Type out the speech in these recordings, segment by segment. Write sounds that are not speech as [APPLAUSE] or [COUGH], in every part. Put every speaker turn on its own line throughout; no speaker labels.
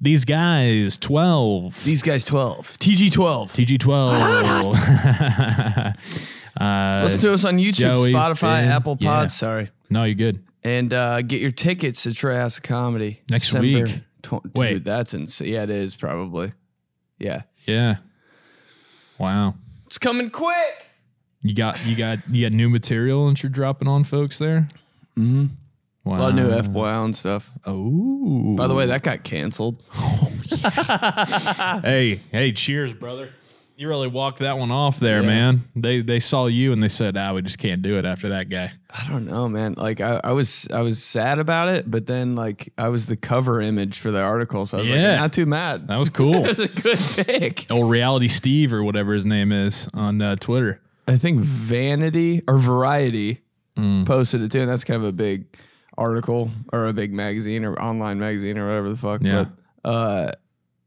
These guys, 12.
These guys 12. TG12.
TG12. [LAUGHS] uh,
Listen to us on YouTube,
Joey,
Spotify,
Jim,
Apple
yeah.
Pods. Sorry.
no, you're good.
And uh, get your tickets to Triassic Comedy.
Next
December
week.
tw- dude,
Wait.
that's insane. Yeah, it is probably. Yeah.
Yeah. Wow.
It's coming quick.
You got you got you got new material that you're dropping on folks there.
Mhm.
Wow.
A lot of new F Boy Island stuff.
Oh.
By the way, that got canceled.
hey, hey, cheers, brother. You really walked that one off there, man. They they saw you and they said, "Ah, we just can't do it after that guy."
I don't know, man. Like I, I was I was sad about it, but then like I was the cover image for the article, so I was
Yeah.
like, not too mad. [LAUGHS]
That was cool.
That was a good pick.
oh, reality Steve or whatever his name is on uh, Twitter.
I think Vanity or Variety
Mm.
posted it too, and that's kind of a big article or a big magazine or online magazine or whatever the fuck.
Yeah.
But, uh,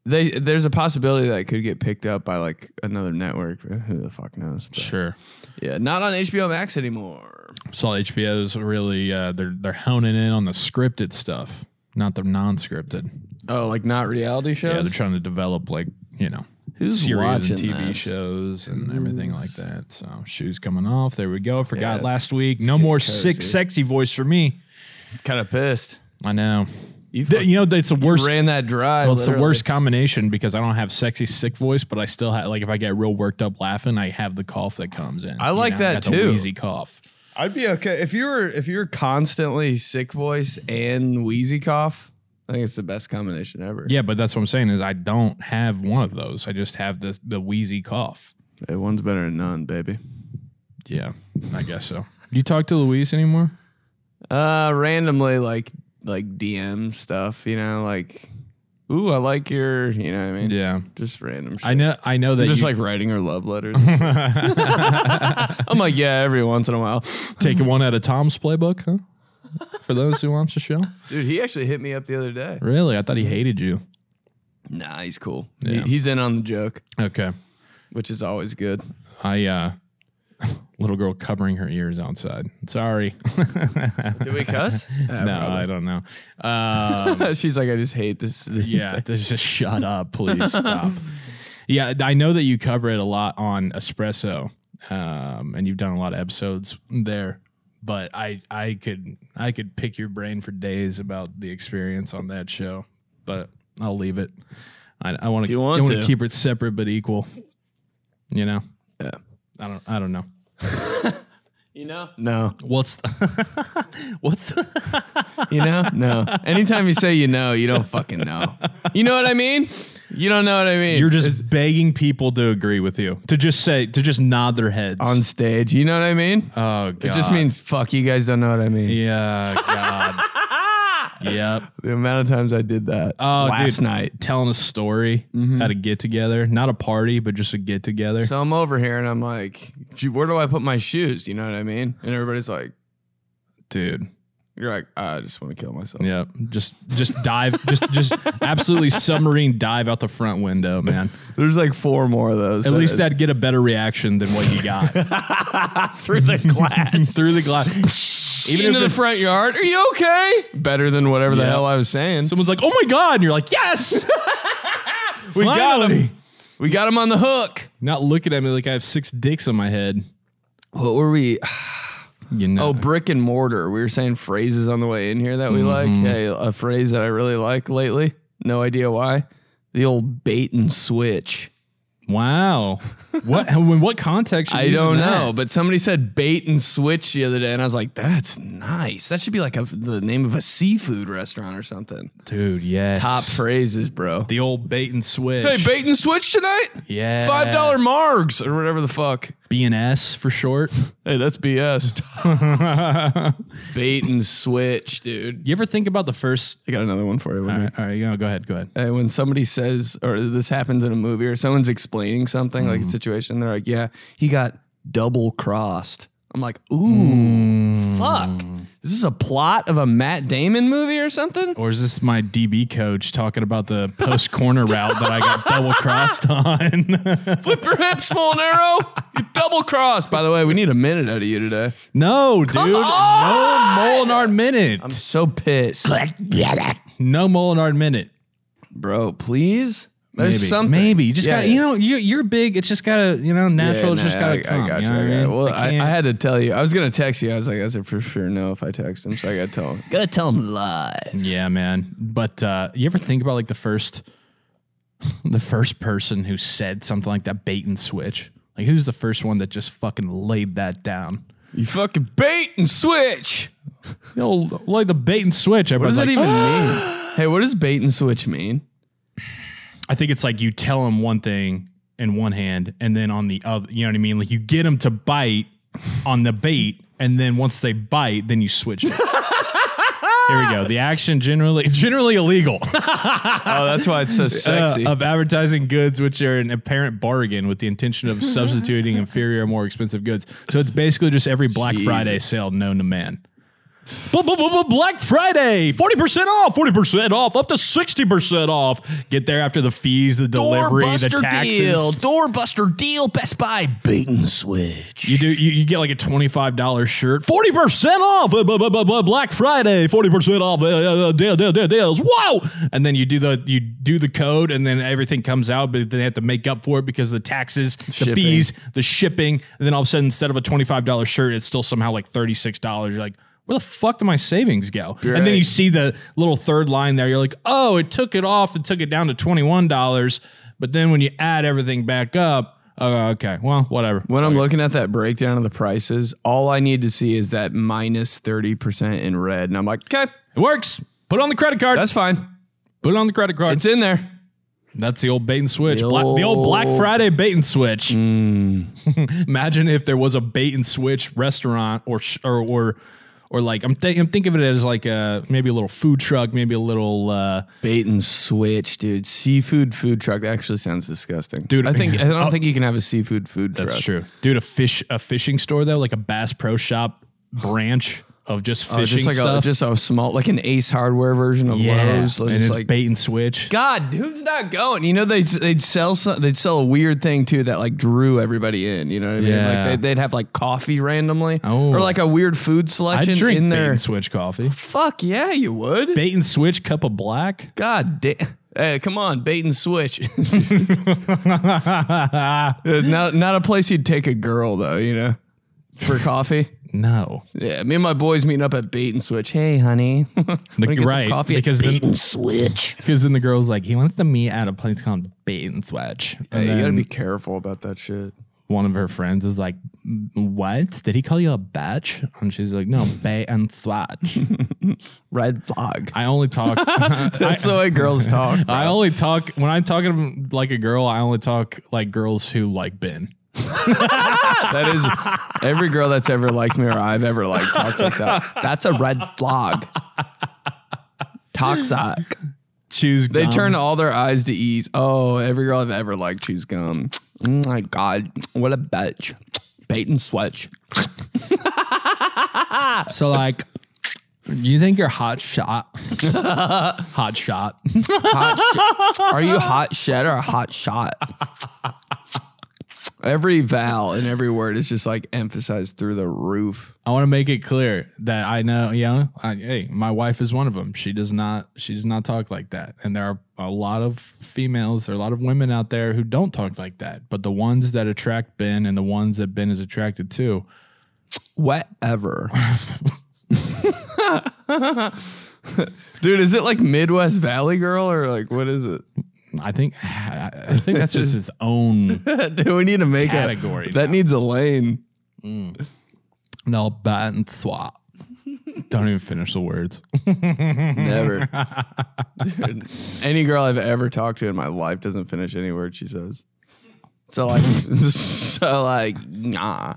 they there's a possibility that it could get picked up by like another network. Who the fuck knows? But,
Sure.
Yeah, not on HBO Max anymore.
Saw HBO's really uh, they're they're honing in on the scripted stuff, not the non-scripted.
Oh, like not reality
Yeah,
shows.
they're trying to develop like you know
Who's
series
watching
and TV
this?
shows and everything like that. So shoes coming off. There we go. I
Yeah,
Forgot
it's-
last week.
it's
No
getting
more
cozy.
sick, sexy voice for me.
Kind of pissed.
I know.
You,
Th- you know that's the worst.
ran that dry.
well, it's the
literally.
worst combination because I don't have sexy sick voice, but I still have like if I get real worked up laughing, I have the cough that comes in.
I like that
got
too.
The wheezy cough.
I'd be okay if you were if you were constantly sick voice and wheezy cough. I think it's the best combination ever.
Yeah, but that's what I'm saying is I don't have one of those. I just have the the wheezy cough.
Hey, one's better than none, baby.
Yeah, I guess so. Do you talk to Louise anymore?
Uh, randomly like like DM stuff, you know, like, ooh, I like your, you know, what I mean,
Yeah,
just random. Shit.
I know. I know that
I'm just
you-
like writing her love [LAUGHS] letters.
[LAUGHS]
I'm like, yeah, every once in a while.
Take one out of Tom's playbook, huh? For those who watch the show.
Dude, he actually hit me up the other day.
Really? I thought he hated you.
Nah, he's cool.
Yeah.
He, he's in on the joke,
Okay.
which is always good.
I uh [LAUGHS] little girl covering her ears outside. [LAUGHS] Sorry.
Did we [LAUGHS] cuss?
no, I don't know. Um
[LAUGHS] She's like, I just hate
[LAUGHS]
this.
yeah, just just shut up, please stop. [LAUGHS] Yeah, I know that you cover it a lot on Espresso. Um and you've done a lot of episodes there. But I I could I could pick your brain for days about the experience on that show. But I'll leave it. I, I want
If
to
you want to.
keep it separate but equal. You know?
Yeah.
I don't I don't know.
You know? [LAUGHS] No.
What's
[LAUGHS]
what's
You know? No. Anytime you say you know, you don't fucking know. You know what I mean? You don't know what I
[LAUGHS]
mean.
You're just begging people to agree with you. To just say to just nod their heads.
on stage. You know what I mean?
oh god.
It just means fuck. You guys don't know what I mean.
Yeah, god. yep.
The amount of times I did that
Oh,
last
dude.
night.
Telling a story at a get together. Not a party, but just a get together.
Mm-hmm. So I'm over here and I'm like, "Gee, where do I put my shoes? You know what I mean? And everybody's like,
Dude.
you're like, "Ah, I just want to kill myself.
Yep. Just just dive just just absolutely submarine dive out the front window, man.
There's like four more of those.
At least that'd get a better reaction than what you
[LAUGHS]
got.
through the glass.
Through the glass.
Even
[LAUGHS] Even
into
if
the
it-
front yard. Are you okay? Better than whatever the
Yeah.
hell I was saying.
Someone's like, oh my God. And you're like, yes.
[LAUGHS] we got
Finally.
him. We got him on the hook.
Not looking at me like I have six dicks on my head.
What were we?
You know.
Oh, brick and mortar. We were saying phrases on the way in here that we like.
Mm-hmm.
Hey, a phrase that I really like lately. No idea why. The old bait and switch.
wow. what? In what context? are you
I don't
using that?
know, but somebody said bait and switch the other day, and I was like, "That's nice. That should be like a, the name of a seafood restaurant or something."
dude. Yes.
Top phrases, bro.
The old bait and switch.
Hey, bait and switch tonight.
Yeah.
Five dollar margs or whatever the fuck.
B and S for short.
Hey,
[LAUGHS]
that's BS.
you
bait and switch, dude.
ever think about the first?
I got another one for you.
All right, all right, go- go ahead, go ahead.
uh, when somebody says or this happens in a movie or someone's explaining something
Mm-hmm.
like a situation they're like yeah he got double crossed i'm like ooh
Mm.
fuck is this a plot of a matt damon movie
[LAUGHS]
or something
Or is this my DB coach talking about the post
[LAUGHS]
corner route that I got double crossed on? [LAUGHS]
flip your hips small arrow you double crossed by the way we need a minute out of you today
no, dude, no Molinard minute.
i'm so pissed
no Molinard minute.
bro. Please, there's
maybe.
something.
Maybe you just
Yeah,
got
yeah.
you know you you're big. It's just gotta you know natural. it's
Yeah,
just
nah,
gotta
I,
come.
I got
you
you.
know what I
I got you.
mean?
Well, I,
can't-
I had to tell you. I was gonna text you. I was like, I said for sure no if I text him. So I gotta tell him. gotta tell him live.
Yeah, man. But uh, you ever think about like the first, [LAUGHS] the first person who said something like that bait and switch? Like who's the first one that just fucking laid that down?
You fucking bait and switch.
Yo, like the bait and switch.
What
Everybody's
does that
like,
[GASPS] even mean? Hey, what does bait and switch mean?
I think it's like you tell them one thing in one hand, and then on the other, you know what I mean? Like you get them to bite on the bait, and then once they bite, then you switch it. [LAUGHS] Here we go. The action generally generally illegal. [LAUGHS]
Oh, that's why it's so sexy.
uh, of advertising goods which are an apparent bargain with the intention of substituting inferior, more expensive goods. So it's basically just every Black
Jesus.
Friday sale known to man. Blah, blah, blah, blah, Black Friday, 40% off, 40% off, up to 60% off. Get there after the fees, the delivery, the taxes.
doorbuster deal, Best Buy bait and switch.
You do you, you get like a $25 shirt, 40% off, uh, blah, blah, blah, blah, blah, Black Friday, 40% off, uh, uh, uh, deal, deal, deal, deals. Wow! And then you do the you do the code and then everything comes out, but they have to make up for it because the taxes, the
Shipping.
fees, the shipping, and then all of a sudden instead of a $25 shirt, it's still somehow like $36. You're like, where the fuck did my savings go? And then
Right.
you see the little third line there. You're like, oh, it took it off. It took it down to $21. But then when you add everything back up, uh, okay, well, whatever.
When I'm looking at that breakdown of the prices, all I need to see is that minus 30% in red. And I'm like, okay,
It works. Put it on the credit card.
that's fine.
Put it on the credit card.
It's in there.
That's the old bait and switch.
The
Bla- the old Black
old-
Friday bait and switch.
Hmm.
[LAUGHS] Imagine if there was a bait and switch restaurant or sh- or or or like I'm think I'm thinking of it as like a maybe a little food truck, maybe a little uh,
Bait and switch, dude. Seafood food truck. That actually sounds disgusting.
Dude,
I think I
[LAUGHS]
don't think you can have a seafood food
Oh. that's
truck.
true, dude. A fish a fishing store though, like a Bass Pro Shop branch of just
Oh,
fishing
just like
stuff.
a just a small like an Ace Hardware version of
yeah,
Lowe's. Like,
and
just
it's
like
bait and switch.
God, who's not going? You know they they'd sell some, they'd sell a weird thing too that like drew everybody in. You know what I mean?
Yeah.
Like they, they'd have like coffee randomly
Oh.
or like a weird food
I
selection
drink
in
bait
there.
and switch coffee.
Fuck yeah, you would.
Bait and switch cup of black.
God damn. Hey, come on, bait
[LAUGHS]
and switch. [LAUGHS] not not a place you'd take a girl though, you know, for coffee.
No,
Yeah, me and my boys meeting up at Bait and Switch. Hey, honey, [LAUGHS] Wanna get some
right,
Coffee
because
at
the-
Bait and Switch.
Because then the girl's like, he wants to meet at a place called Bait and Switch. And
Hey, you
then
gotta be careful about that shit.
one of her friends is like, what? Did he call you a bitch? And she's like, no, Bait and [LAUGHS] Switch.
Red flag.
I only talk. I,
That's the way girls
[LAUGHS]
talk.
I only talk when I'm talking like a girl. I only talk like girls who like Ben.
That is every girl that's ever liked me or I've ever liked talks like that. That's a red flag. Toxic.
Choose.
They turn all their eyes to E's. Oh, every girl I've ever liked chews gum. Oh my God. What a bitch. Bait and switch.
So like, you think you're hot shot? [LAUGHS] hot shot.
Hot sh- Are you hot shed or a hot shot? Every vowel and every word is just like emphasized through the roof.
I want to make it clear that I know, you know, I, hey, my wife is one of them. She does not, she does not talk like that. And there are a lot of females, there are a lot of women out there who don't talk like that. But the ones that attract Ben and the ones that Ben is attracted to,
Whatever. Dude, is it like Midwest Valley girl or like what is it?
I think, [SIGHS] I I think that's just his own.
[LAUGHS] Dude, we need to make
Category
a that needs a lane.
No, bat and swap. Don't even finish the words. [LAUGHS]
Never. Dude, any girl I've ever talked to in my life doesn't finish any word she says. So like [LAUGHS] so like nah.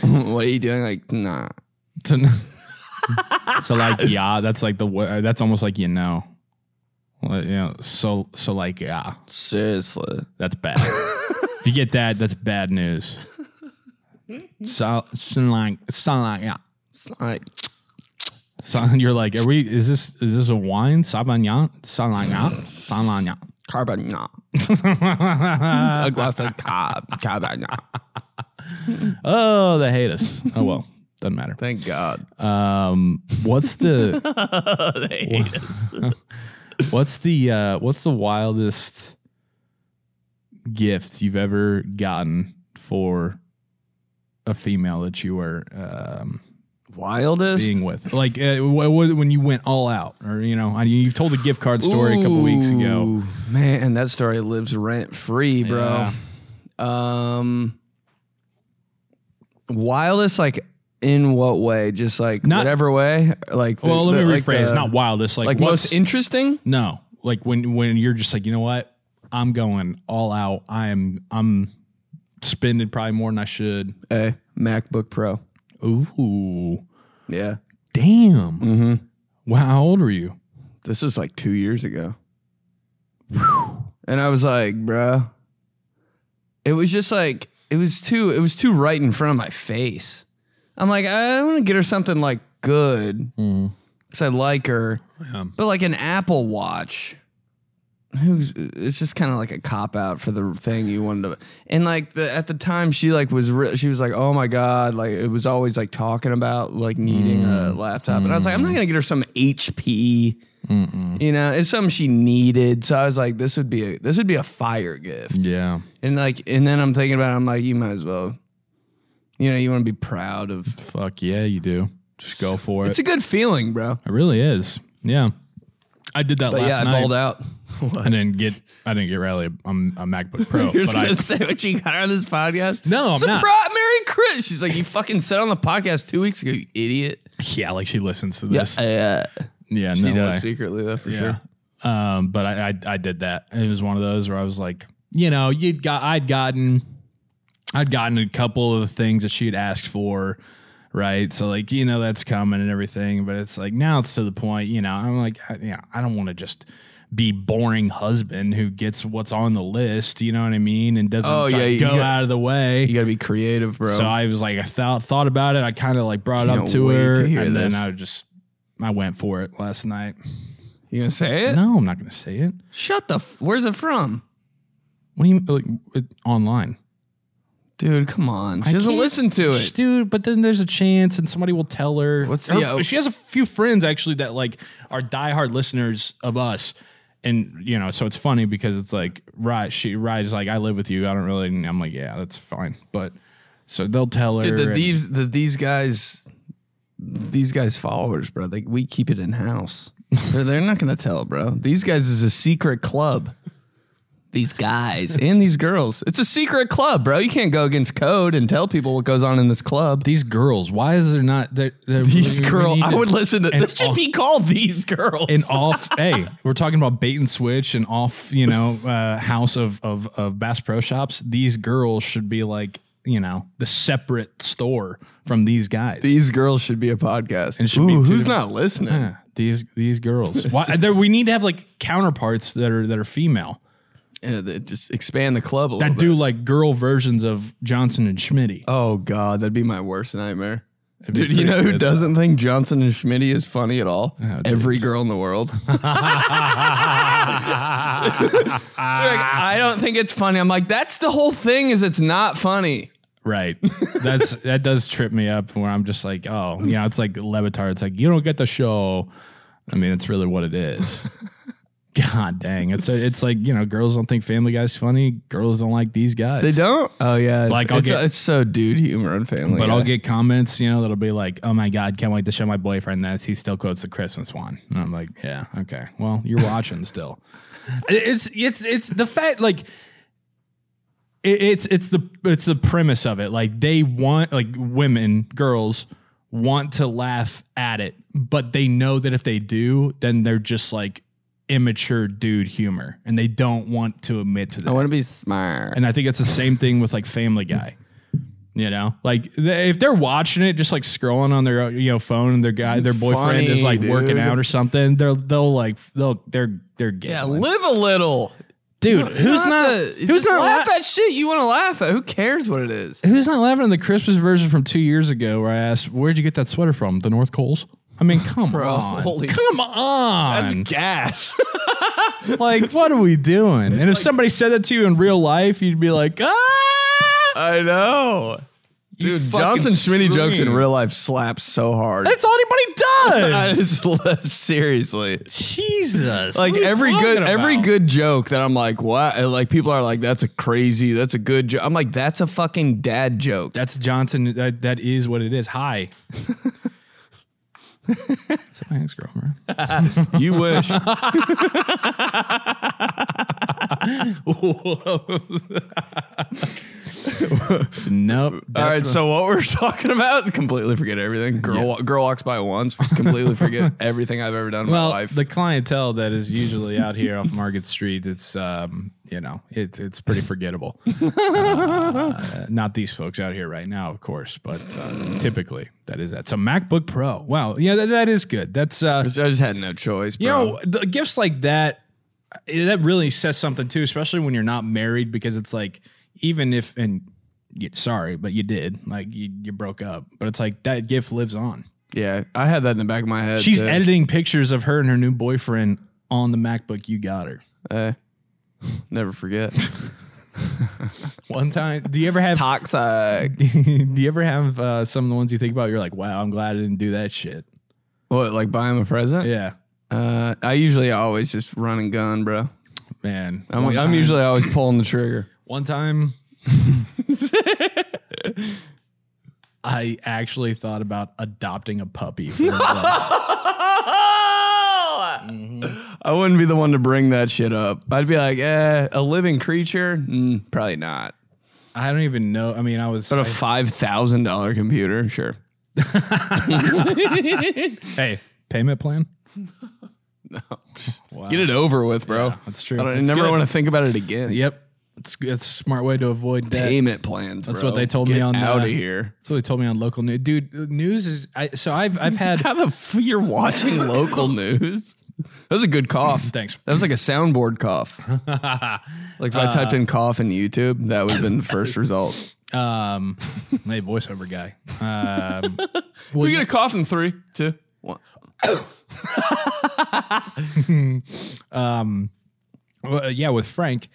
what are you doing? Like nah.
[LAUGHS] so like, yeah, that's like the, wo- that's almost like, you know, Like, you know, so, so like, yeah.
Seriously.
That's [LAUGHS] bad. if you get that, that's bad news. So, so like, so like, yeah.
It's Like
So [LAUGHS] you're like, are we? Is this is this a wine? Sauvignon, Sauvignon, Sauvignon.
carbon nah.
[LAUGHS]
a glass of carb carbon nah.
Oh, they hate us. Oh well, doesn't matter.
Thank God.
Um, what's the?
they hate us.
[LAUGHS] What's the uh, what's the wildest gift you've ever gotten for a female that you were um,
Wildest.
being with? Like uh, wh- wh- when you went all out, or you know, I you told the gift card story a couple weeks ago.
Ooh, Man, that story lives rent free, bro. Um, wildest, like in what way? Just like
Not-
whatever way. Like the-
Well, let
the-
me
like
rephrase.
the-
not wildest, like,
like
what's-
most interesting.
No, like when when you're just like, you know what, I'm going all out. I'm I'm spending probably more than I should.
A MacBook Pro.
Ooh,
Yeah,
damn. Wow, how old were you?
this was like two years ago, and I was like, bro, it was just like it was too it was too right in front of my face. I'm like, I want to get her something like good because I like her. But like an Apple Watch, who's it's just kind of like a cop out for the thing you wanted to. And like the at the time, she like was re- she was like, oh my god, like it was always like talking about like needing a laptop, and I was like, I'm not gonna get her some HP. You know, it's something she needed. So I was like, this would be a this would be a fire gift.
Yeah,
And like, and then I'm thinking about it, I'm like, you might as well. You know, you want to be proud of.
fuck yeah, you do. Just go for it.
It's a good feeling, bro.
it really is. Yeah, I did that
But
last
yeah, I
night.
balled out. [LAUGHS]
I didn't get I didn't get Riley a, um, a MacBook Pro,
[LAUGHS] You're just
but I
gonna say what you got on this podcast?
No, I'm
Surprise,
not.
Merry Chris. She's like, you fucking said on the podcast two weeks ago, you idiot.
[LAUGHS] yeah, like she listens to this. Yeah,
Yeah,
no
she
way.
does secretly though, for sure.
Um, but I, I I did that. And it was one of those where I was like, you know, you'd got I'd gotten I'd gotten a couple of the things that she had asked for, right? So like, you know, that's coming and everything, but it's like now it's to the point, you know, I'm like, I, yeah, I don't want to just be boring husband who gets what's on the list, you know what I mean, and doesn't
Oh,
try
yeah,
to
you
go
got-
out of the way.
You gotta be creative, bro.
So I was like, I thought thought about it. I kind of like brought it up
Can't
to
wait
her,
to hear
and
this.
then I just I went for it last night.
you gonna say it?
No, I'm not gonna say it.
Shut the. F- Where's it from,
What do you like it, online?
dude? Come on, she doesn't
can't-
listen to
Sh-
it.
dude. But then there's a chance, and somebody will tell her.
What's
Her-
the- yeah, oh.
she has a few friends actually that like are diehard listeners of us, and you know, so it's funny because it's like right. She Rye's like, I live with you. I don't really. And I'm like, yeah, that's fine. But so they'll tell her.
Dude, the,
and-
these the, these guys, these guys' followers, bro. They, we keep it in house. they're, they're not gonna tell, bro. These guys is a secret club. These guys and these girls, it's a secret club, bro. You can't go against code and tell people what goes on in this club.
these girls. Why is there not there?
[LAUGHS] These girls, I would listen to.
and oh.
This should
all-
be called these girls.
an off hey we're talking about bait and switch and off you know uh house of of of bass pro shops these girls should be like you know the separate store from these guys
these girls should be a podcast.
should be
Ooh,
two-
who's not listening?
Yeah, Uh, these these girls Why, there, we need to have like counterparts that are that are female
Yeah, they just expand the club a little
that
bit.
do like girl versions of johnson and schmitty
Oh God, that'd be my worst nightmare.
It'd be
Dude, you
pretty
know who
[LAUGHS]
[LAUGHS]
good.
doesn't think Johnson and Schmidt is funny at all? Every girl in the [LAUGHS] world. They're like, I don't think it's funny. I'm like, that's the whole thing. Is it's not funny.
right that's [LAUGHS] that does trip me up where i'm just like oh you know it's like levitar it's like you don't get the show i mean it's really what it is god dang it's it's like you know girls don't think family guy's funny girls don't like these guys
They don't. Oh yeah,
Like, I'll
it's,
get-
it's so dude humor and family.
but
Guy.
i'll get comments you know that'll be like oh my god can't wait to show my boyfriend this he still quotes the christmas one and i'm like yeah okay well you're watching [LAUGHS] still it's it's it's the fact like it, it's it's the it's the premise of it. Like they want like women, girls want to laugh at it, but they know that if they do, then they're just like immature dude humor, and they don't want to admit to that.
I want to be smart.
and I think it's the same thing with like Family Guy. You know, like they, if they're watching it, just like scrolling on their you know phone, and their guy, their boyfriend is
Funny,
like working
dude.
out or something, they'll they'll like they'll they're they're gay.
yeah, live a little.
dude, who's
You don't
not
have to-
who's
just
not
laugh
laugh
at shit you want to laugh at? Who cares what it is?
Who's not laughing at the Christmas version from two years ago where I asked, Where'd you get that sweater from? The North Coles? I mean, come
Bro,
on.
[LAUGHS] holy
come on.
gas. [LAUGHS]
like, what are we doing? And if somebody said that to you in real life, you'd be like, Ah,
I know.
You
Dude,
fucking
Johnson Schmitty jokes in
scream.
real life slap so hard.
That's all
[LAUGHS]
anybody
I
does.
just- [LAUGHS] seriously.
Jesus.
Like
what are you
every
talking
good every
about?
good joke that I'm like, what? And, Like people are like, that's a crazy, that's a good joke. I'm like, that's a fucking dad joke.
That's Johnson. That, that is what it is. Hi. Is that my ex girlfriend? [LAUGHS]
You wish.
nope.
All right, so what we're [LAUGHS] talking about? Completely forget everything. Girl, wa- girl walks by once. Completely
[LAUGHS]
forget everything I've ever done in
well,
my life.
the clientele that is usually out here off Market Street, it's um, you know, it's it's pretty [LAUGHS] forgettable. Uh, not these folks out here right now, of course, but uh, typically that is that. So MacBook Pro, wow, yeah, that, that is good. That's uh,
I just had no choice. Bro.
you know, the gifts like that, eh, that really says something too, especially when you're not married, because it's like even if and y- sorry, but you did like you, you broke up, but it's like that gift lives on.
yeah, I had that in the back of my head.
She's
too.
editing pictures of her and her new boyfriend on the MacBook you got her.
Eh, never
[LAUGHS]
forget.
One time, do you ever have
Toxic.
[LAUGHS] do you ever have uh, some of the ones you think about? You're like, wow, I'm glad I didn't do that shit.
What? Like buy him a present?
Yeah,
Uh, I usually always just run and gun, bro.
man.
I'm,
one
I'm
time-
usually always pulling the trigger.
One time, [LAUGHS] I actually thought about adopting a puppy. for [LAUGHS] the- Mm-hmm.
I wouldn't be the one to bring that shit up. I'd be like, eh, a living creature? Mm, probably not.
I don't even know. I mean, I was.
But a five thousand dollar computer, sure.
hey, payment plan. No,
Get it over with,
Uh,
bro.
Yeah, that's true.
I, don't, I
It's
never
good.
want to think about it again.
Yep, it's it's a smart way to avoid debt.
Payment plans.
That's
bro.
what they told me
Get
on uh, the-
out of here. [LAUGHS]
That's what they told me on local news. Dude, the news is. I, so I've I've had.
How the f- you're
[LAUGHS]
watching local news? That was a good cough.
thanks.
That was like a soundboard cough.
[LAUGHS]
like if I
Uh,
typed in cough in YouTube, that would have been
[LAUGHS]
the first result.
Um, hey, voiceover guy. Um, well,
We get a cough in three, two, one.
Mm. Well, uh, yeah, with Frank,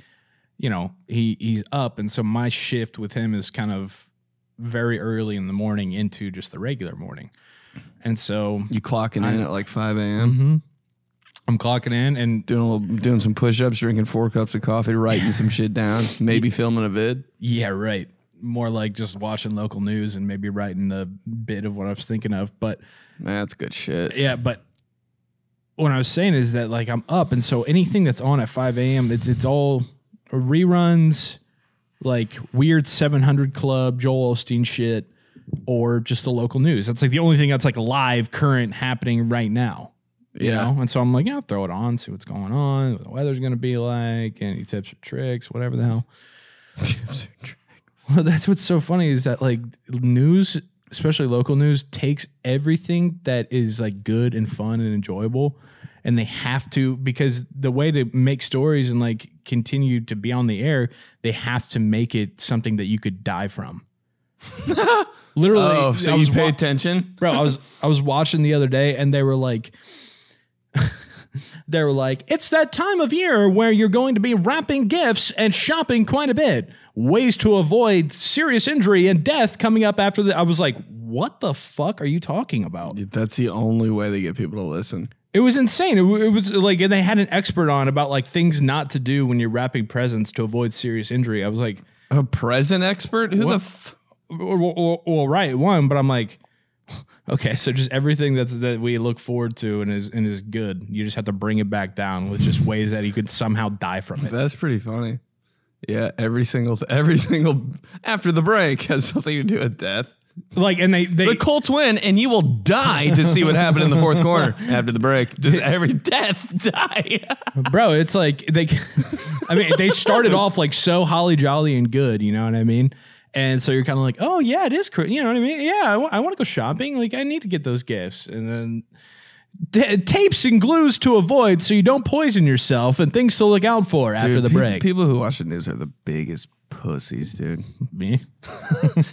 you know, he he's up, and so my shift with him is kind of very early in the morning into just the regular morning, and so
You clocking in at like five a.m.
I'm clocking in, and
Doing a little, doing some push-ups, drinking four cups of coffee, writing some
[LAUGHS]
shit down, maybe filming a vid.
yeah, right, more like just watching local news and maybe writing the bit of what I was thinking of, but
Man, that's good shit.
yeah, but what I was saying is that like I'm up, and so anything that's on at 5 a.m. it's it's all reruns, like weird 700 Club, Joel Osteen shit, or just the local news. That's like the only thing that's like live, current, happening right now. You
Yeah.
know? And so I'm like, yeah, I'll throw it on, see what's going on, what the weather's gonna be like, any tips or tricks, whatever the hell. [LAUGHS] Well, that's what's so funny is that like news, especially local news, takes everything that is like good and fun and enjoyable, and they have to because the way to make stories and like continue to be on the air, they have to make it something that you could die
[LAUGHS]
from. Literally,
[LAUGHS] Oh,
I
so you
was
pay
wa-
attention?
bro. I was I was watching the other day, and they were like. [LAUGHS] They were like, it's that time of year where you're going to be wrapping gifts and shopping quite a bit. Ways to avoid serious injury and death coming up after the. I was like, what the fuck are you talking about?
That's the only way they get people to listen.
It was insane. It, w- it was like, and they had an expert on about like things not to do when you're wrapping presents to avoid serious injury. I was like,
A present expert? Who the f-
well, well, well, right, one, but I'm like, [LAUGHS] okay, so just everything that's that we look forward to and is and is good, you just have to bring it back down with just ways that you could somehow die from it.
That's pretty funny. Yeah, every single th- every [LAUGHS] single after the break has something to do with death.
Like, and they they
The Colts win, and you will die to see what happened in the fourth quarter after the break.
[LAUGHS]
Just every death [LAUGHS] die.
bro it's like they [LAUGHS] i mean they started off like so holly jolly and good you know what i mean and so you're kind of like oh yeah it is cr- you know what i mean yeah I want to go shopping like i need to get those gifts and then t- tapes and glues to avoid so you don't poison yourself and things to look out for after the
Pe-
break
people who watch the news are the biggest pussies, dude.
me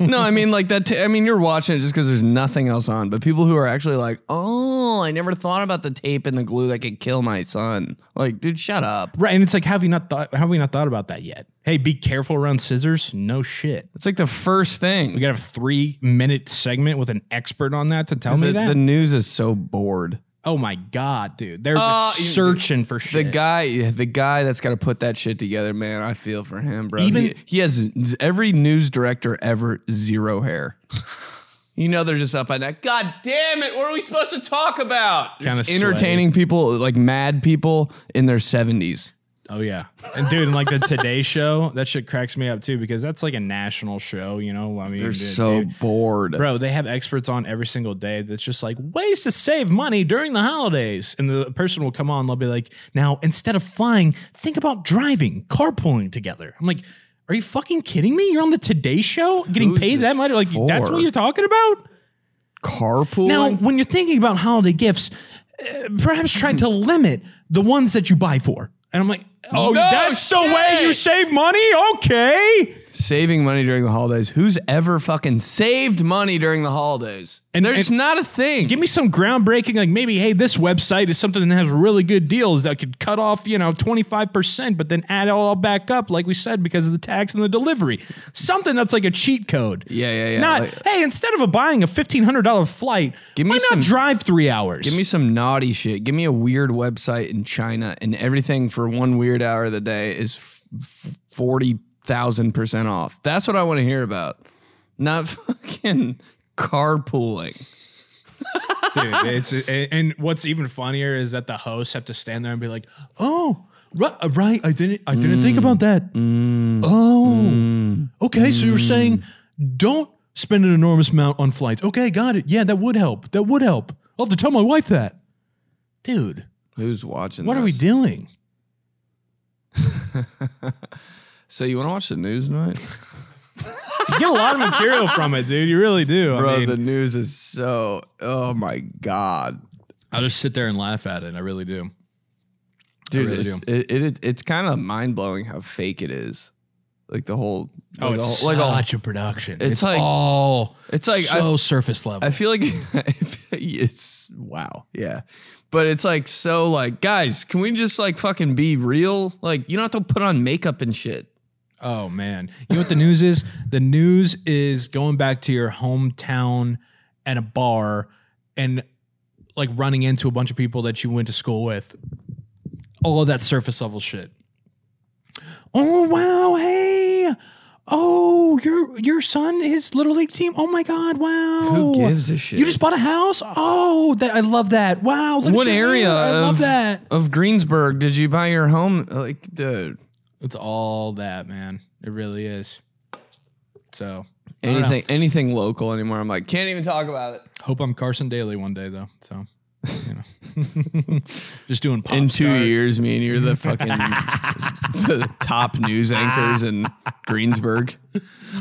no, I mean like that. T- I mean you're watching it just because there's nothing else on. But people who are actually like, oh, hell? I never thought about the tape and the glue that could kill my son. Like, dude, shut up.
Right, and it's like, have you not thought? Have we not thought about that yet? Hey, be careful around scissors. No shit.
It's like the first thing.
We got a three-minute segment with an expert on that to tell me
the,
that.
the news is so bored.
oh my god, dude, they're
Uh, you-
just searching for
The
shit.
guy, the guy that's got to put that shit together, man. I feel for him, bro.
Even-
he, he has every news director ever zero hair. [LAUGHS] you know they're just up at that. God damn it! What are we supposed to talk about?
Kinda
Just entertaining people, like mad people in their seventies.
Oh yeah, and dude, and like the Today [LAUGHS] Show, that shit cracks me up too because that's like a national show. You know, I mean,
They're
dude,
so
dude,
bored.
bro. They have experts on every single day. That's just like ways to save money during the holidays, and the person will come on. They'll be like, "Now instead of flying, think about driving, carpooling together." I'm like. Are you fucking kidding me? You're on the Today Show, getting
Who's
paid
this
that much? Like that's
for?
what you're talking about?
Carpool.
Now, when you're thinking about holiday gifts, uh, perhaps try to limit the ones that you buy for. And I'm like, oh,
No
that's the way
shit.
you save money? Okay.
saving money during the holidays. Who's ever fucking saved money during the holidays? And
And-
there's
and-
not a thing.
Give me some groundbreaking, like maybe, hey, this website is something that has really good deals that could cut off, you know, 25%, but then add it all back up, like we said, because of the tax and the delivery. Something that's like a cheat code.
Yeah, yeah, yeah,
Not,
like-
hey, instead of a buying a $1,500 flight,
Give me
why
some-
not drive three hours?
Give me some naughty shit. Give me a weird website in China, and everything for one weird hour of the day is f- f- forty thousand percent off. That's what I want to hear about. Not [LAUGHS] fucking carpooling. [LAUGHS]
dude. It's and and what's even funnier is that the hosts have to stand there and be like, "Oh, right, right I didn't, I didn't think about that.
Mm.
Oh, okay. So you're saying don't spend an enormous amount on flights? Okay, got it. Yeah, that would help. That would help. I'll have to tell my wife that, dude.
Who's watching?
What are
this?
we doing?
So you want to watch the news tonight,
You get a lot of material from it, dude. You really do,
bro?
I mean,
the news is so. Oh my god.
I'll just sit there and laugh at it. I really do.
dude
really
it's, it, it, it's kind of mind-blowing how fake it is like the whole
Oh,
like
it's
the whole, like all-
such a production.
It's
It's,
like-
all.
it's like I-
so surface level.
I feel like [LAUGHS] it's wow yeah but it's like so like guys can we just like fucking be real like you don't have to put on makeup and shit
Oh man. You know what the news is? The news is going back to your hometown at a bar and like running into a bunch of people that you went to school with. All of that surface level shit. Oh wow, hey. Oh, your your son his little league team. Oh my god, wow.
who gives a shit
You just bought a house? Oh, that I love that. Wow, look at
what
your
area
hair. I
of,
love that.
of greensburg did you buy your home like dude
It's all that, man. It really is. So I don't know.
anything anything local anymore i'm like can't even talk about it
Hope I'm Carson Daly one day though. So, you
[LAUGHS]
know, just doing pop
in two
star.
years, me and you're [LAUGHS] the fucking the top news anchors in Greensburg.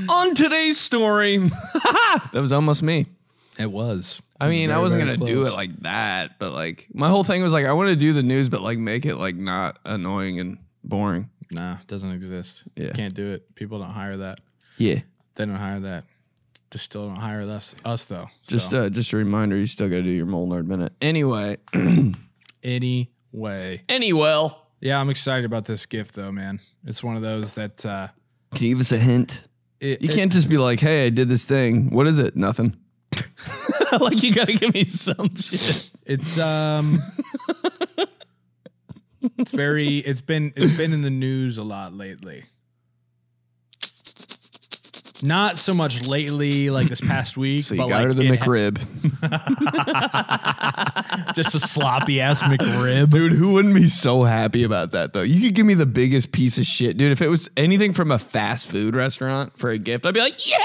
On today's story, [LAUGHS] that was almost me.
It was.
I mean, I
very,
wasn't
very
gonna do it
close.
like that, but like my whole thing was like I want to do the news, but like make it like not annoying and boring.
Nah, doesn't exist.
Yeah.
can't do it. People don't hire that.
Yeah.
They don't hire that. Just still don't hire us. Us though.
Just
so,
uh, just a reminder, you still gotta do your mole nerd minute. Anyway, [CLEARS THROAT]
anyway.
anyway,
Yeah, I'm excited about this gift though, man. It's one of those that uh,
can you give us a hint?
it,
You
it-
can't just be like, "Hey, I did this thing. What is it? Nothing." [LAUGHS] like you gotta give me some shit.
It's um It's very it's been it's been in the news a lot lately. Not so much lately like this
[CLEARS THROAT]
past week,
So you
but
got
like
her the
it ha-
McRib.
just a sloppy ass
[LAUGHS]
McRib.
[LAUGHS] Dude, who wouldn't be so happy about that though? You could give me the biggest piece of shit, dude. If it was anything from a fast food restaurant for a gift, I'd be like, yeah.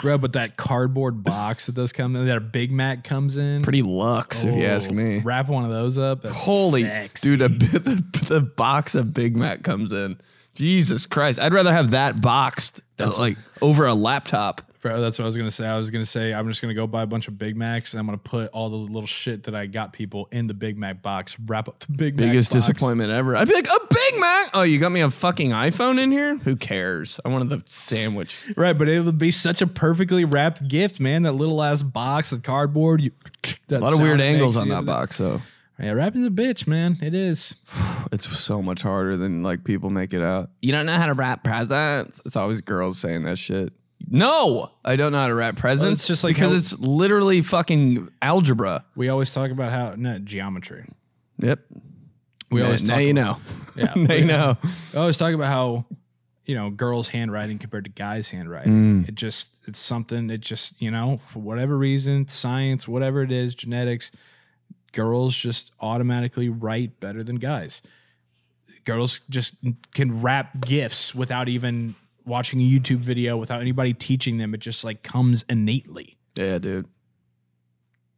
Bro, but that cardboard box that those come in, that a Big Mac comes in.
Pretty lux, if you ask
Oh,
me.
Wrap one of those up. That's
Holy
sexy.
dude, a [LAUGHS] bit, the, the box of Big Mac comes in. Jesus Christ, I'd rather have that boxed uh, like over a laptop.
Bro, that's what I was gonna say. I was gonna say I'm just gonna go buy a bunch of Big Macs and I'm gonna put all the little shit that I got people in the Big Mac box. Wrap up the Big Mac
Biggest
box.
disappointment ever. I'd be like, a Big Mac. Oh, you got me a fucking iPhone in here? Who cares? I wanted the sandwich.
Right, but it would be such a perfectly wrapped gift, man. That little ass box, the cardboard. You, [LAUGHS]
A lot of weird angles on that box, though.
Yeah, wrapping's a bitch, man. It is.
It's so much harder than like people make it out. You don't know how to wrap presents. It's always girls saying that shit. No, I don't know how to wrap presents.
it's just like
because
how-
it's literally fucking algebra.
We always talk about how no, geometry.
Yep.
We
now,
always
now
talk
you know. [LAUGHS]
Yeah,
now
[LAUGHS]
you know.
I always talk about how you know girls' handwriting compared to guys' handwriting. It just it's something. It just you know for whatever reason, science, whatever it is, genetics, girls just automatically write better than guys. Girls just can wrap gifts without even watching a YouTube video, without anybody teaching them. It just like comes innately.
Yeah, dude.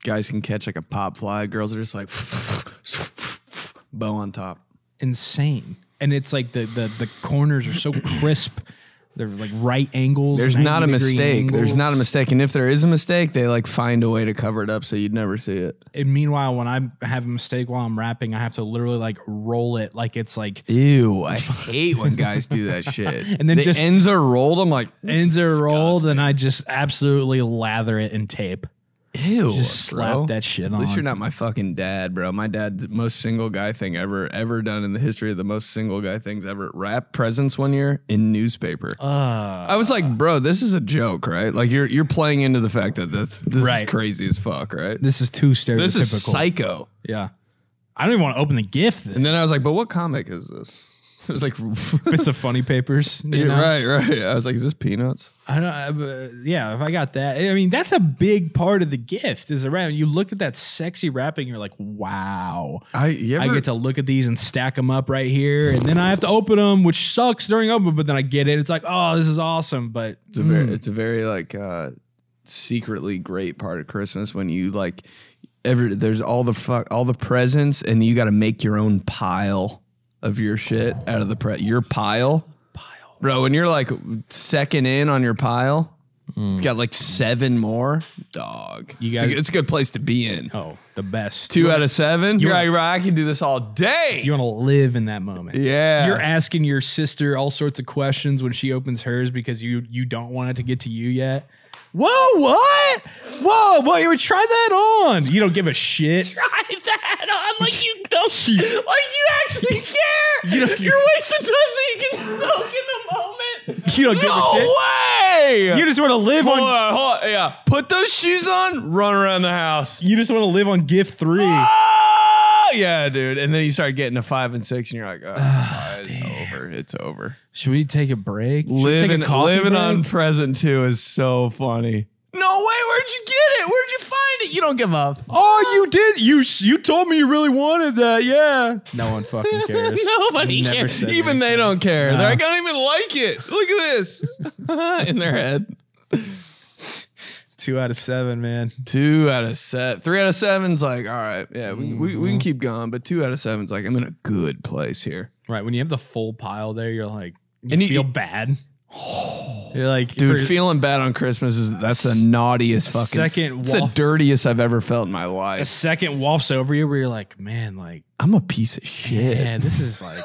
Guys can catch like a pop fly. Girls are just like [LAUGHS] bow on top.
Insane. And it's like the the the corners are so crisp. They're like right angles.
There's not a
90 degree
mistake. There's not a
angles.
mistake. And if there is a mistake, they like find a way to cover it up so you'd never see it.
And meanwhile, when I have a mistake while I'm rapping, I have to literally like roll it like it's like
Ew,
[LAUGHS]
I hate when guys do that shit.
And then
the
just-
ends are rolled. I'm like,
ends are rolled, and I just absolutely lather it in tape.
ew.
Just slap
bro.
that shit
At least
on.
you're not my fucking dad, bro. My dad's the most single guy thing ever ever done in the history of the most single guy things ever. Wrap presents one year in newspaper.
Uh,
I was like, bro, this is a joke, right? Like you're you're playing into the fact that that's this
Right.
is crazy as fuck, right?
this is too stereotypical.
This is psycho.
yeah, I don't even want to open the gift.
[LAUGHS]
Then.
And then I was like, but what comic is this? [LAUGHS] It was like,
Bits of funny papers. you
Yeah,
know?
right, right. I was like, is this peanuts?
I don't. I, uh, yeah, if I got that, I mean, that's a big part of the gift. Is around you look at that sexy wrapping, you're like, wow.
I you
I get to look at these and stack them up right here, and then I have to open them, which sucks during open. But then I get it. It's like, oh, this is awesome. But
It's a very, it's a very like uh, secretly great part of Christmas when you like every there's all the fuck all the presents and you got to make your own pile of your shit out of the pre your pile,
pile.
bro. When you're like second in on your pile, it's got like seven more, dog.
Mm. You
it's,
guys-
a, it's a good place to be in.
Oh, the best.
Two out of seven. You're
wanna-
like, bro, I can do this all day.
you want to live in that moment.
yeah,
You're asking your sister all sorts of questions when she opens hers because you you don't want it to get to you yet. Whoa, what? Whoa, well, you would try that on. You don't give a [LAUGHS] shit.
try that on like you don't
[LAUGHS]
like you actually care. You
don't-
are wasting time so you can soak in the
[LAUGHS]
moment.
You don't give
no
a shit.
way.
You just want to live
Hold
on.
on, hold on, yeah. Put those shoes on, run around the house.
You just want to live on gift three.
[GASPS] Ah, yeah, dude. And then you start getting to five and six, and you're like, oh, it's over. It's over.
Should we take a break? Ah, Should we take a
Living,
coffee
living
break?
on present two is so funny. No way. Where'd you get it? Where'd you find it? You don't give up.
Oh, you did. You you told me you really wanted that. Yeah. No one fucking
[LAUGHS]
cares.
Nobody
Never
cares.
said
Even
anything.
they don't care. They're
No.
like, I don't even like it. Look at this [LAUGHS] in their head.
two out of seven, man.
Two out of seven, three out of seven's like, all right, yeah, we, we, we can keep going. But two out of seven's like, I'm in a good place here.
Right when you have the full pile there, you're like, you
And you-
feel
[SIGHS]
bad. You're like,
Dude,
for-
feeling bad on Christmas is that's the naughtiest fucking
second
It's
waff-
the dirtiest I've ever felt in my
a
life.
second wafts over you, where you're like, man, like,
I'm a piece of shit.
yeah, this is like,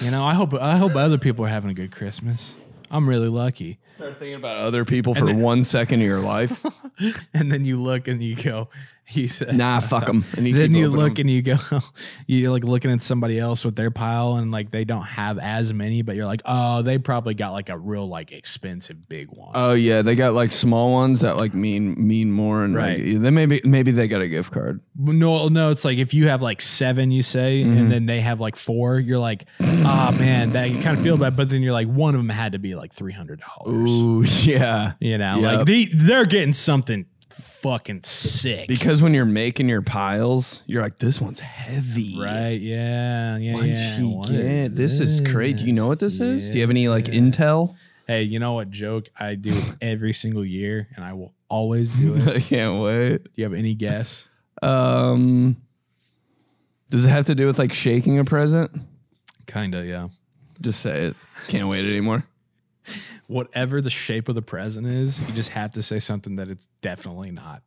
you know, I hope I hope other people are having a good Christmas. I'm really lucky. [LAUGHS]
Start thinking about other people for
then-
one second of your [LAUGHS] life.
And then you look and you go, you said,
nah, fuck them. And you
then
keep
you
opening
look
'em.
and you go [LAUGHS] you're like looking at somebody else with their pile and like they don't have as many but you're like oh they probably got like a real like expensive big one
Oh yeah, they got like small ones that like mean mean more, and
Right.
right. Like, then maybe maybe they got a gift card.
no no it's like if you have like seven you say
Mm-hmm.
and then they have like four you're like ah man that you kind of feel bad but then you're like one of them had to be like $300 [LAUGHS]
Ooh yeah,
you know
Yep.
like they they're getting something fucking sick
because when you're making your piles, you're like, this one's heavy.
right yeah yeah
What'd
yeah
she
What
get? This is crazy. Do you know what this is? Do you have any like intel? [LAUGHS]
Hey, you know what joke I do every single year, and I will always do it. Do
I can't wait.
you have any
[LAUGHS]
guess?
Um, does it have to do with like shaking a present?
Kinda, yeah.
Just say it. Can't wait anymore. [LAUGHS]
whatever the shape of the present is, you just have to say something that it's definitely not.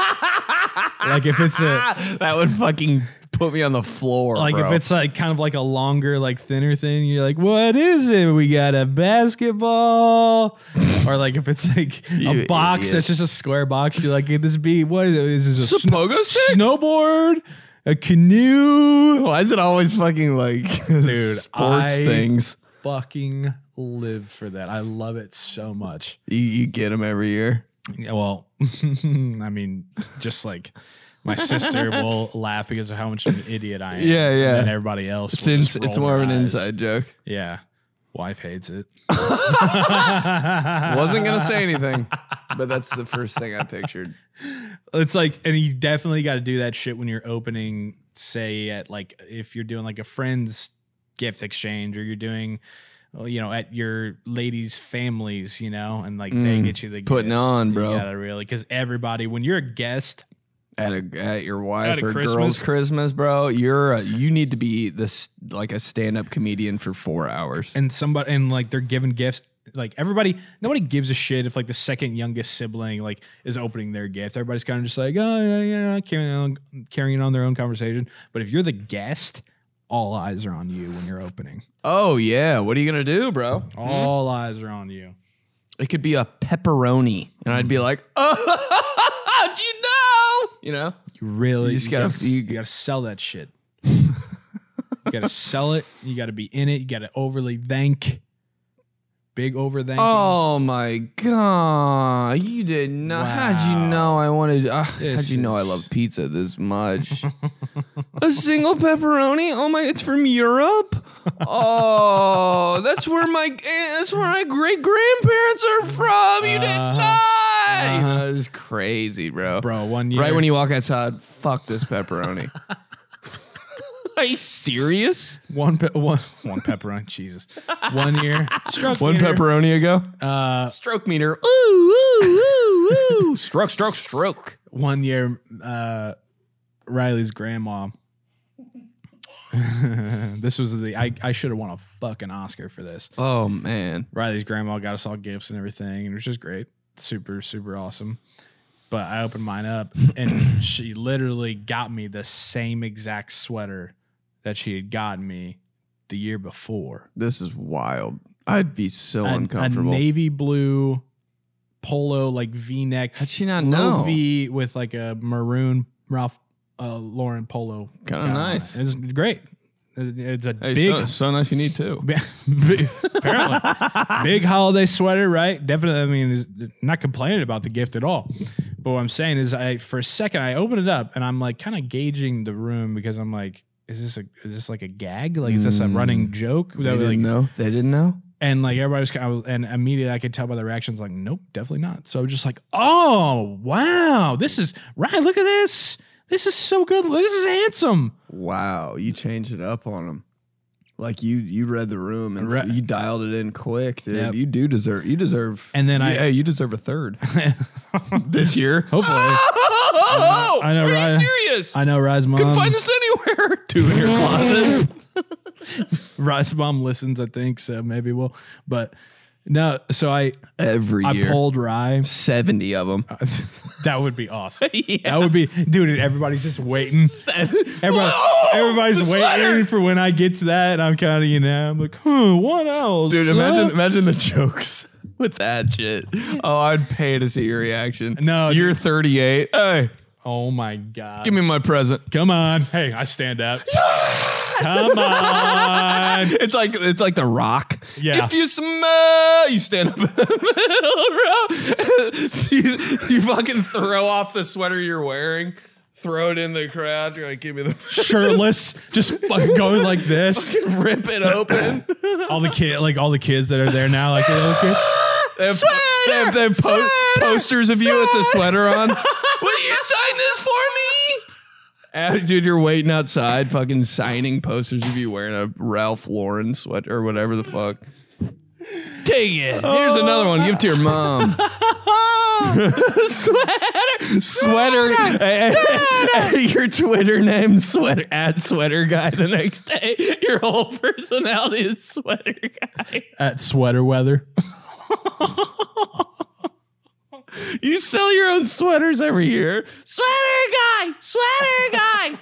like if it's a
Ah, that would fucking put me on the floor.
like
bro.
if it's like kind of like a longer like thinner thing you're like what is it we got a [LAUGHS] basketball or like if it's like a
You
box
idiot.
that's just a square box you're like could this be what is it is this a
It's a
snow-
pogo stick.
snowboard a canoe
[LAUGHS] Why is it always fucking like [LAUGHS]
Dude,
sports
I-
things?
fucking live for that i love it so much
You, you get them every year.
Yeah, well [LAUGHS] i mean just like my [LAUGHS] sister will laugh because of how much of an idiot i am
Yeah, yeah.
and everybody else
It's
will
in,
just
it's
roll
more of
their
an
eyes.
inside joke.
yeah wife hates it
[LAUGHS] Wasn't gonna say [LAUGHS] anything, but that's the first thing I pictured.
It's like, and you definitely got to do that shit when you're opening, say, at like if you're doing like a friend's gift exchange or you're doing, well, you know, at your lady's families, you know, and like they
Mm,
get you the
putting
gifts.
on, bro.
You gotta really, because everybody, when you're a guest,
At a at your wife
At a
or
Christmas?
girl's Christmas, bro, you're a, you need to be this like a stand up comedian for four hours.
and somebody and like they're giving gifts like everybody nobody gives a shit if like the second youngest sibling like is opening their gift everybody's kind of just like oh yeah yeah carrying on carrying on their own conversation but if you're the guest all eyes are on you when you're opening
Oh yeah, what are you gonna do, bro?
all eyes are on you
It could be a pepperoni, and I'd be like, [LAUGHS] oh, how'd you know? You know,
you really
You just gotta-
you,
you-
gotta sell that
[LAUGHS]
shit you gotta sell it you gotta be in it you gotta overly thank big over thank
Oh my god! You did not. How'd you
Wow.
know I wanted? Uh, how'd you
This
know I
is-
love pizza
[LAUGHS]
this much? a single pepperoni? Oh my! It's from Europe. Oh, that's where my eh, that's where my great grandparents are from. You did
Uh-huh.
not. You
Uh-huh.
know, it's crazy, bro.
bro one year
Right when you walk outside, fuck
[LAUGHS]
this pepperoni. are you serious?
one pe- one, [LAUGHS] one pepperoni jesus one year struck
One
pepper.
pepperoni ago.
Uh,
Stroke meter. Ooh, ooh, ooh, ooh. [LAUGHS] stroke, stroke, stroke.
one year, uh, Riley's grandma. [LAUGHS] this was the I, I should have won a fucking Oscar for this.
Oh man.
Riley's grandma got us all gifts and everything, and it was just great, super super awesome. But I opened mine up, and [COUGHS] she literally got me the same exact sweater that she had gotten me the year before.
This is wild. I'd be so
A-
uncomfortable.
a navy blue polo like V neck
How'd she not
low
know?
V with like a maroon Ralph uh, Lauren polo.
Kinda
gown on
nice.
it. It's great. It- It's a
Hey,
big,
so, so nice you need too.
[LAUGHS] big- apparently big holiday sweater, right? Definitely. I mean, is- not complaining about the gift at all. But what I'm saying is, I for a second I open it up and I'm like kind of gauging the room because I'm like, is this a is this like a gag? Like is this a
Mm.
running joke?
They
That,
didn't
like,
know. They didn't know.
and like everybody was kind of, and immediately I could tell by the reactions, like, nope, definitely not. So I was just like, oh wow, this is right. Look at this. This is so good. This is
[LAUGHS]
handsome.
Wow, you changed it up on them. Like you, you read the room and
Re-
you dialed it in quick, dude.
Yep.
You do deserve. You deserve.
And then
you-
I-
hey, you deserve
[LAUGHS]
a third
Hopefully,
this year.
I know. Ry-
Oh! serious?
I know. Rise mom.
this anywhere. [LAUGHS] Two in your closet.
[LAUGHS] Rise mom listens. I think so. Maybe we'll. But no. So I
Every
I
year,
pulled Rye.
seventy
[LAUGHS]
of them.
that would be
[LAUGHS]
awesome. That would be, dude. and Everybody's just waiting. Everybody,
Oh,
everybody's
the
waiting
sweater.
for when I get to that, and I'm kind of, you know, I'm like, hmm, what else?
Dude,
huh?"
imagine imagine the jokes [LAUGHS] with that shit. Oh, I'd pay to see your reaction.
No,
you're 38. Hey,
Oh my god!
give me my present.
Come on, hey, I stand [LAUGHS] up. Come on,
It's like it's like the rock.
Yeah.
If you smell, you stand up [LAUGHS] in the middle row. [LAUGHS] you, you fucking throw off the sweater you're wearing, throw it in the crowd. You're like, give me the [LAUGHS]
shirtless, just fucking going like this. [LAUGHS]
rip it open.
All the kid, like all the kids that are there now, like the little kids.
They have, they have, they have po- posters of you with the sweater on. [LAUGHS] Will you sign this for me? dude, you're waiting outside, fucking signing posters of you wearing a Ralph Lauren Oh. [LAUGHS] sweater or whatever the fuck. Take it. Here's another one. Give it to your mom. sweater, sweater, And- and [LAUGHS] your Twitter name, sweater at sweater guy. The next day, your whole personality is sweater guy.
At sweater weather.
You sell your own sweaters every year. Sweater guy, sweater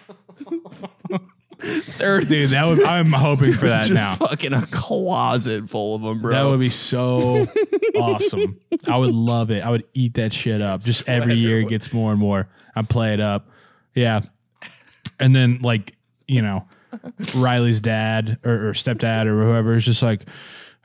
[LAUGHS] guy. Third
Dude, that would I'm hoping for that [LAUGHS]
just
now.
fucking a closet full of them, bro.
That would be [LAUGHS] so awesome. I would love it. I would eat that shit up. Just every year it gets more and more. I play it up. Yeah. And then like, you know, Riley's dad or, or stepdad or whoever is just like,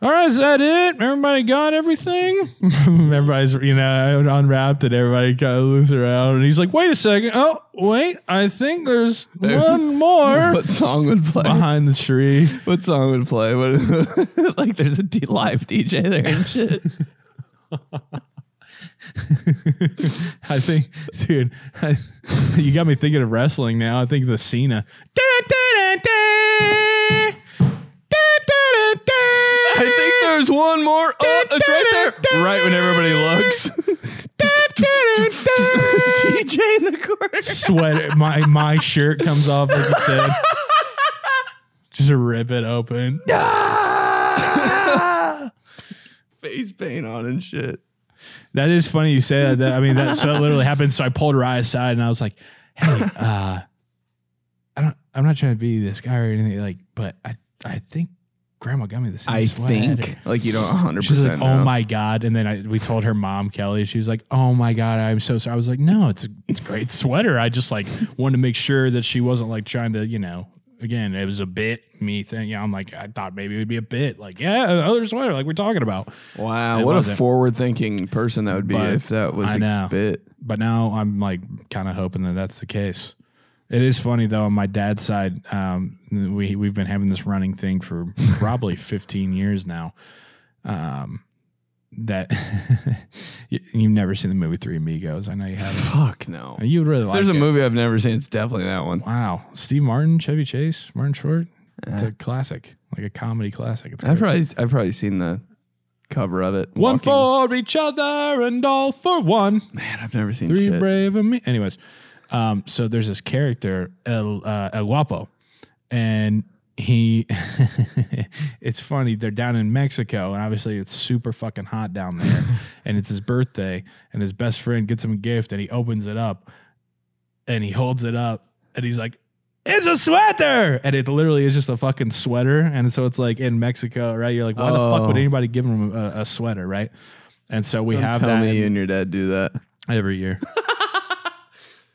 all right, is that it? Everybody got everything? [LAUGHS] Everybody's, you know, unwrapped and everybody kind of looks around. And he's like, wait a second. Oh, wait. I think there's [LAUGHS] one more
what song would play?
behind the tree.
What [LAUGHS] song would play? What, like there's a D- live DJ there and shit.
I think, dude, I, you got me thinking of wrestling now. I think the Cena.
I think there's one more. Oh, it's right there. Right when everybody looks. DJ in the [LAUGHS] chorus.
Sweater, my my shirt comes off as it said. Just rip it open.
[LAUGHS] Face paint on and shit.
That is funny you say that. That- I mean, that so that literally happened. So I pulled her eye aside and I was like, "Hey, uh, I don't. I'm not trying to be this guy or anything. Like, but I I think Grandma got me this.
I think. Like you don't 100
She's like,
percent
oh my god! And then I, we told her mom, Kelly. She was like, oh my god, I'm so sorry. I was like, no, it's a, it's a great sweater. I just like wanted to make sure that she wasn't like trying to, you know. Again, it was a bit me thing. Yeah, I'm like, I thought maybe it would be a bit like, yeah, another sweater like we're talking about.
Wow,
It
what a
wasn't.
forward thinking person that would be
But
if that was
I
a
know.
bit.
But now I'm like kind of hoping that that's the case. It is funny though. On my dad's side, um, we we've been having this running thing for probably [LAUGHS] 15 years now. Um, that [LAUGHS] you, you've never seen the movie Three Amigos. I know you haven't. Uh,
Fuck no.
You would really
If
like
there's a
it.
movie I've never seen, it's definitely that one.
Wow, Steve Martin, Chevy Chase, Martin Short. It's a classic, like a comedy classic. It's
I've
great.
probably I've probably seen the cover of it.
one
walking.
for each other and all for one.
Man, I've never seen
Three
shit.
brave of me. Anyways, um, so there's this character El uh, El Guapo, and he, [LAUGHS] it's funny. They're down in Mexico, and obviously it's super fucking hot down
[LAUGHS]
there, and it's his birthday, and his best friend gets him a gift, and he opens it up, and he holds it up, and he's like. It's a sweater, and it literally is just a fucking sweater, and so it's like in Mexico, right? You're like, why the fuck would
Oh.
anybody give him a, a sweater, right? And so we
Don't
have
tell
that.
me
in-
you and your dad do that.
Every year.
[LAUGHS]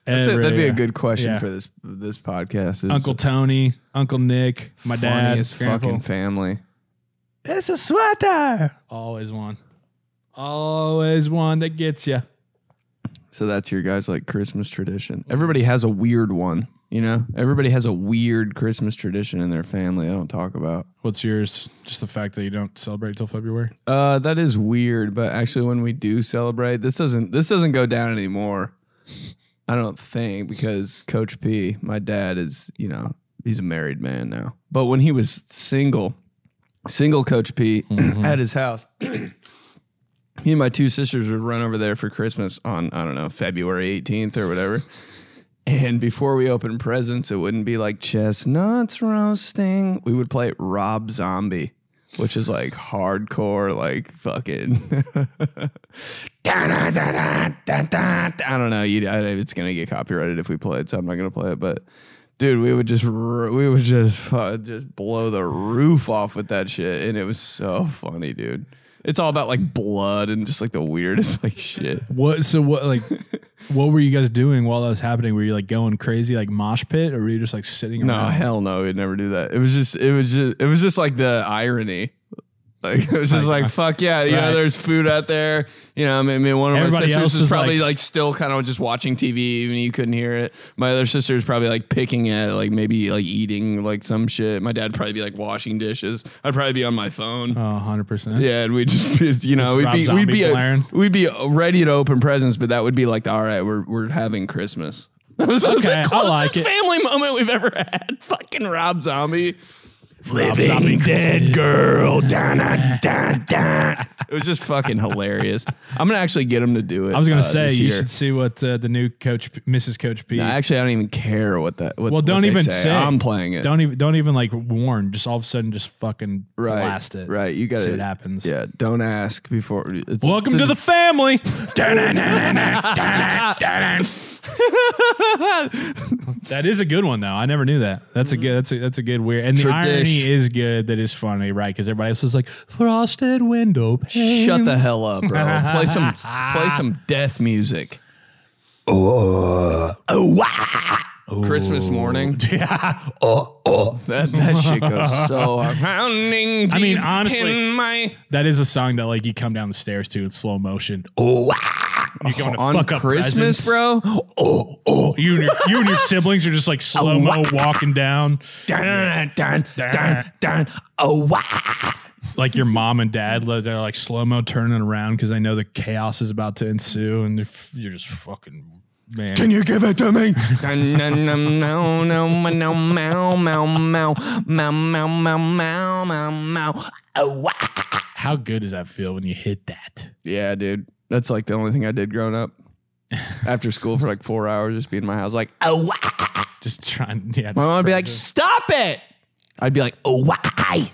That's it.
Every
That'd be
year.
a good question
Yeah.
for this this podcast. Is
Uncle Tony, Uncle Nick, my dad,
funniest
grandpa.
fucking family.
It's a sweater. Always one. Always one that gets you.
So that's your guys' like Christmas tradition. Everybody has a weird one, you know. Everybody has a weird Christmas tradition in their family. I don't talk about.
What's yours? Just the fact that you don't celebrate till February.
Uh, that is weird, but actually, when we do celebrate, this doesn't this doesn't go down anymore. I don't think because Coach P, my dad, is you know he's a married man now, but when he was single, single Coach P at his house, [CLEARS THROAT] he and my two sisters would run over there for Christmas on I don't know February eighteenth or whatever. And before we opened presents, it wouldn't be like chestnuts roasting. We would play Rob Zombie, which is like hardcore, like fucking. [LAUGHS] I don't know. You, I, it's gonna get copyrighted if we play it, so I'm not gonna play it. But dude, we would just r- we would just uh, just blow the roof off with that shit, and it was so funny, dude. It's all about like blood and just like the weirdest [LAUGHS] like shit.
What? So what?
[LAUGHS]
Like, what were you guys doing while that was happening? Were you like going crazy, like mosh pit, or were you just like sitting?
No,
around?
hell no, we'd never do that. It was just, it was just, it was just like the irony. Like it was just like, fuck yeah, you
uh,
know,
Right.
there's food out there. You know, I mean, I mean, one of
Everybody
my
else
sisters is
is
probably
like-
like, still kind of just watching TV, even you couldn't hear it. My other sister is probably like picking at, like maybe like eating like some shit. My dad'd probably be like washing dishes. I'd probably be on my phone.
Oh, 100 percent.
Yeah, and we'd just [LAUGHS] be, you know, we'd
Rob
be, we'd
Zombie
be, a,
blaring.
we'd be ready to open presents, but that would be like, all right, we're we're having Christmas. [LAUGHS] That was
Okay, I like
closest
it.
[LAUGHS] Family moment we've ever had. Fucking Rob Zombie. Living
[LAUGHS]
dead girl. Da, da, da, da. It was just fucking hilarious. I'm gonna actually get him to do it.
I was gonna
uh,
say
this
you
year.
should see what uh, the new coach, P- Mrs. Coach P.
No, actually, I don't even care what that. What,
well,
what
don't
they
even say.
say. I'm playing it.
Don't even don't even like warn. Just all of a sudden, just fucking
right,
blast it.
Right, you got
See what happens.
Yeah, don't ask before. It's,
Welcome to
it's
[LAUGHS]
a-
the family.
[LAUGHS]
that is a good one though. I never knew that. That's a good. That's a that's a good weird. And the irony
Mm-hmm. Tradition.
is good. That is funny, right? Because everybody else is like frosted window panes.
Shut the hell up, bro. play some play some death music. Oh, Christmas morning.
[LAUGHS] Yeah. Oh,
That, that shit goes so hard. Pounding I
mean, honestly-
my
That is a song that like you come down the stairs to in slow motion. Oh, you're going to
on
fuck up presents.
Christmas, bro. Oh, oh,
You and your, you and your siblings are just
[LAUGHS]
like slow mo walking down.
dun, dun, dun, dun, oh, wow.
Like your mom and dad, like, they're like slow mo turning around because they know the chaos is about to ensue, and you're f- you're just fucking man.
Can you give it to me? Dun, dun, dun, no, no, no, no, meow, meow, meow, meow, meow, meow, meow, meow, meow. Oh, wow.
How good does that feel when you hit that?
Yeah, dude. That's like the only thing I did growing up. After school for like four hours, just be in my house, like, oh, wow.
Just trying. [LAUGHS] Yeah,
My mom would be like, "Stop it!" I'd be like, "Oh, why?"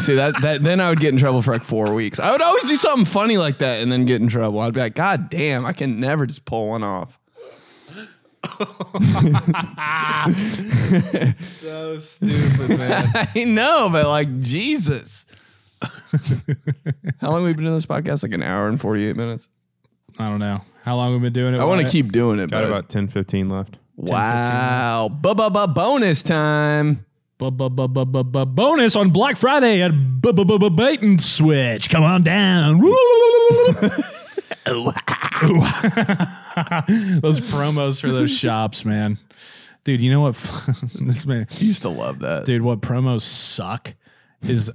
See that, that? Then I would get in trouble for like four weeks. I would always do something funny like that and then get in trouble. I'd be like, "God damn, I can never just pull one off." [LAUGHS]
so stupid, man.
[LAUGHS] I know, but like Jesus. How long have we been doing this podcast? Like an hour and forty-eight minutes.
I don't know how long we've been doing it.
I want
Wyatt?
to keep doing it,
Got
but
about 10, 15 left.
wow, ba ba ba, bonus time.
bu- bu- bu- bu- bu- bu- bonus on Black Friday at bu- bu- bu- bu- Bait and Switch. Come on
[LAUGHS]
down. [LAUGHS] those promos for those shops, man. Dude, you know what? [LAUGHS] this man,
I used to love that.
dude, what promos suck is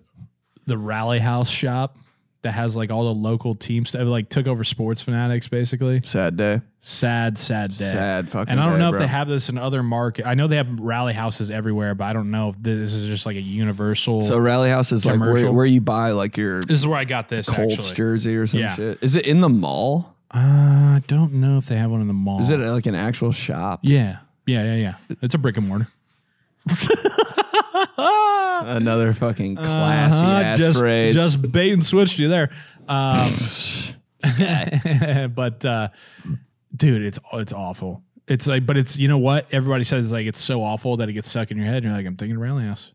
the Rally House shop that has like all the local team stuff, like took over Sports Fanatics basically.
Sad day.
Sad, sad day.
Sad fucking.
And I don't
day,
know
bro.
if they have this in other market. I know they have rally houses everywhere, but I don't know if this is just like a universal.
So rally house is like where,
Commercial.
where you buy like your
this is where I got this.
Colts
actually,
jersey or some
Yeah.
shit. Is it in the mall?
uh, I don't know if they have one in the mall.
Is it like an actual shop?
Yeah, yeah, yeah, yeah. It's a brick and mortar.
Another fucking classy ass
Uh-huh, just,
phrase.
just bait and switched you there.
[LAUGHS]
Um, [LAUGHS] but uh, dude, it's it's awful. It's like, but it's you know what everybody says is like it's so awful that it gets stuck in your head. And you're like, I'm thinking Rally House,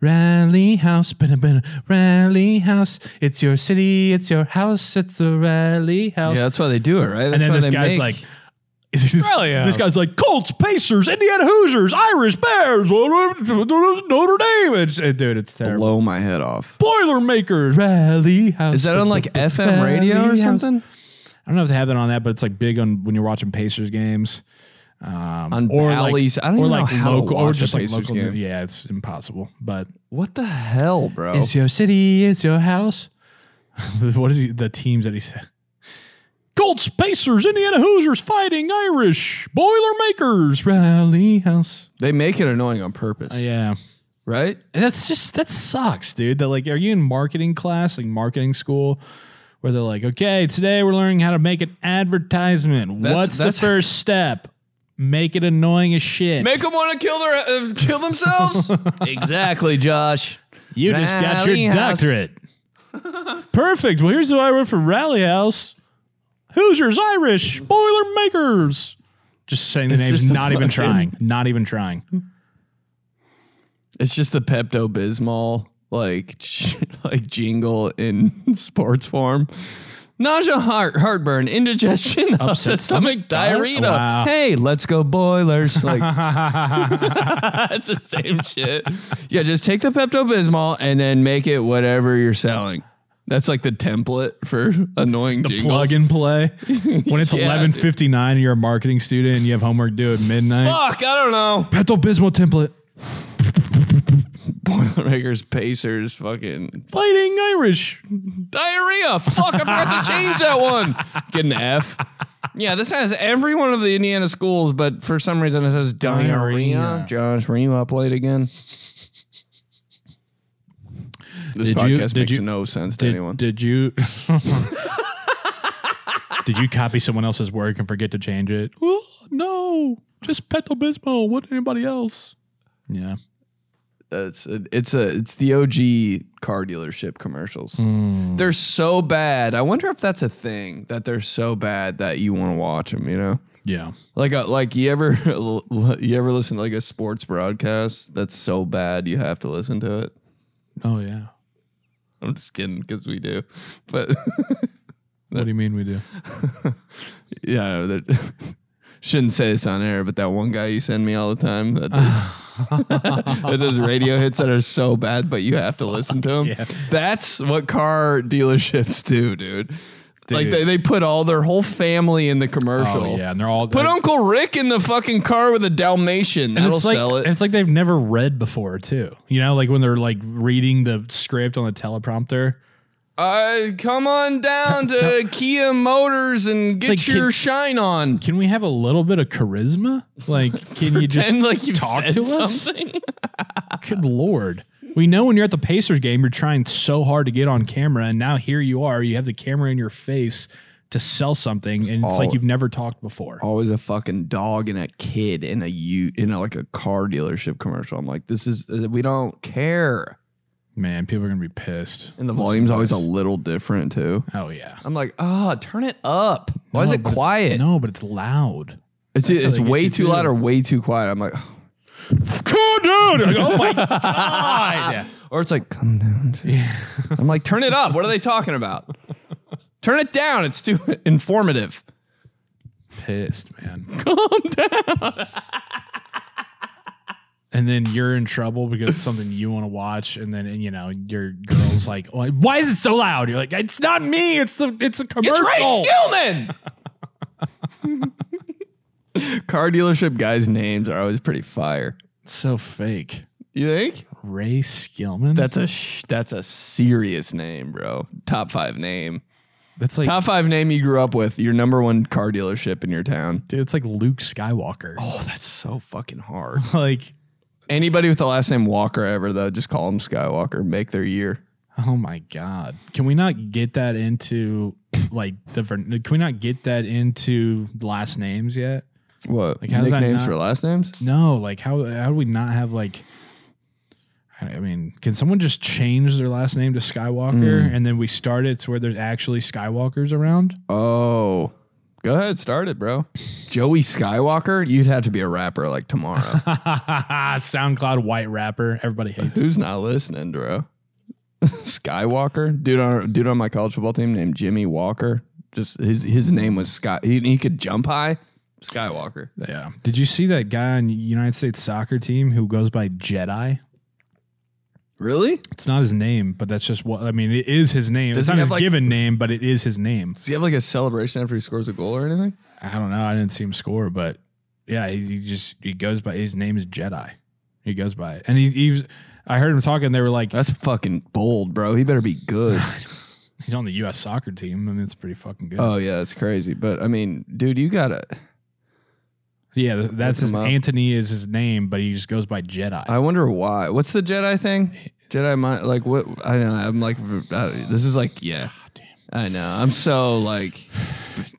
Rally House, bada bada, Rally House. It's your city, it's your house, it's the Rally House.
yeah, that's why they do it, right? That's
and then
why
this
they
guy's
make-
like. [LAUGHS] This,
Rally House.
guy's like Colts, Pacers, Indiana Hoosiers, Irish Bears, [LAUGHS] Notre Dame. It's, dude, it's terrible.
blow my head off.
Boilermakers Rally House.
Is that
[LAUGHS]
on like FM radio or
Rally House.
something?
I don't know if they have that on that, but it's like big on when you're watching Pacers games. Um,
On Bally's- I don't even know how to
or
watch a
just like
Pacers
local.
game.
Yeah, it's impossible. But
What the hell, bro?
it's your city, it's your house. [LAUGHS] what is he, the teams that he said? Colts, Pacers, Indiana Hoosiers, Fighting Irish, Boilermakers Rally House.
they make it annoying on purpose,
Uh, Yeah.
right?
And that's just that sucks, dude. That like, are you in marketing class, like marketing school, where they're like, okay, today we're learning how to make an advertisement.
That's-
What's
that's-
the
[LAUGHS]
first step? Make it annoying as shit.
Make them want to kill their uh,
[LAUGHS]
kill themselves. exactly, Josh.
you just got your
Rally House.
doctorate.
[LAUGHS]
Perfect. Well, here's why I wrote for Rally House. Hoosiers, Irish, Boilermakers. Just saying the
It's
names,
just a
not even
fucking-
trying. Not even trying.
It's just the Pepto Bismol like [LAUGHS] like jingle in [LAUGHS] sports form. Nausea, heart, heartburn, indigestion, upset, stomach, diarrhea.
Wow.
Hey, let's go boilers! [LAUGHS] Like
That's the same shit.
yeah, just take the Pepto Bismol and then make it whatever you're selling. That's like the template for annoying the jingles.
Plug and
[LAUGHS]
play. When it's
Yeah, dude.
11:59 and you're a marketing student and you have homework due at midnight.
Fuck, I don't know. [LAUGHS]
Pepto Bismol template.
Boilermakers, Pacers, fucking
Fighting Irish.
diarrhea. Fuck, I forgot to change that one. Get an F. Yeah, this has every one of the Indiana schools, but for some reason it says diarrhea.
Diarrhea.
Josh, were you up late again? This
Did
podcast
you-
makes
did you-
no sense to
Did,
anyone.
did you? [LAUGHS] did you copy someone else's work and forget to change it? Oh, no, just Pepto Bismol. What anybody else? Yeah.
it's a, it's a it's the OG car dealership commercials.
Hmm.
They're so bad. I wonder if that's a thing that they're so bad that you want to watch them. You know,
Yeah.
like a, like you ever [LAUGHS] you ever listen to like a sports broadcast that's so bad you have to listen to it.
Oh yeah.
I'm just kidding because we do, but [LAUGHS]
What do you mean we do?
yeah, that [LAUGHS] shouldn't say this on air. But that one guy you send me all the time that does, [LAUGHS] that does radio hits that are so bad, but you have to
[LAUGHS]
listen to them.
yeah.
That's what car dealerships do, dude. Like
Dude.
they, they put all their whole family in the commercial.
Oh yeah, and they're all
Put Uncle Rick in the fucking car with a Dalmatian.
And
That'll
it's like,
sell it.
It's like they've never read before, too. You know, like when they're like reading the script on the teleprompter.
Uh, come on down [LAUGHS] to Kia Motors and get
like,
your
can-
shine on.
Can we have a little bit of charisma?
[LAUGHS]
Like, can you just
Pretend like you've
talk
said
to us? [LAUGHS] Good lord. We know when you're at the Pacers game, you're trying so hard to get on camera, and now here you are. You have the camera in your face to sell something, and it's
All-
like you've never talked before.
always a fucking dog and a kid in a you in a, like a car dealership commercial. I'm like, this is uh, we don't care.
Man, people are gonna be pissed.
And the volume's always a little different too.
Oh yeah.
I'm like, ah, turn it up. Why is
No,
it
but it's-
quiet?
No, but it's loud.
it's
how
it's
they get
way
you
too
too.
loud or way too quiet. I'm like, "Oh, cool dude. [LAUGHS] Like, oh my god. [LAUGHS] or it's like, come down. dude. I'm like, turn it up. What are they talking [LAUGHS] about? Turn it down. It's too informative.
pissed, man. [LAUGHS] Calm down. and then you're in trouble because it's something you want to watch, and then and, you know your girl's like, "Why- "Why is it so loud?" You're like, "It's not me. It's the it's a commercial."
It's Ray Skillman. [LAUGHS] Car dealership guys' names are always pretty fire.
It's so fake.
You think
Ray Skillman.
that's a sh- that's a serious name, bro? Top five name.
that's like
Top five name you grew up with. Your number one car dealership in your town.
dude, it's like Luke Skywalker. [LAUGHS]
Oh, that's so fucking hard.
Like,
Anybody with the last name Walker ever though, just call them Skywalker. Make their year.
oh my god, can we not get that into like the vern- can we not get that into last names yet?
What
Like, how's that
nicknames
not-
for last names?
No, like how how do we not have like? I I mean, can someone just change their last name to Skywalker
Mm.
and then we start it to where there's actually Skywalkers around? [LAUGHS]
Oh, go ahead, start it, bro. Joey Skywalker. You'd have to be a rapper like tomorrow.
SoundCloud white rapper, everybody hates.
Who's not listening, bro? [LAUGHS] Skywalker, dude on dude on my college football team named Jimmy Walker. Just his his name was Sky. He, he could jump high. Skywalker.
[LAUGHS] Yeah. Did you see that guy on United States soccer team who goes by Jedi?
Really?
It's not his name, but that's just what I mean. It is his name.
Does
it's
he
not
have,
his
like-
given name, but it is his name.
Does he have like a celebration after he scores a goal or anything?
I don't know. I didn't see him score, but yeah, he, he just he goes by his name is Jedi. He goes by it, and he, he was. I heard him talking. They were like,
That's fucking bold, bro. He better be [SIGHS] good.
He's on the U.S. soccer team. I mean, it's pretty fucking good.
oh yeah, that's crazy. But I mean, dude, you gotta.
yeah, th- that's
look
his
him up.
Anthony is his name, but he just goes by Jedi.
I wonder why. What's the Jedi thing? Jedi mind? Like what? I know. I'm like. I- This is like yeah. I know. I'm so like.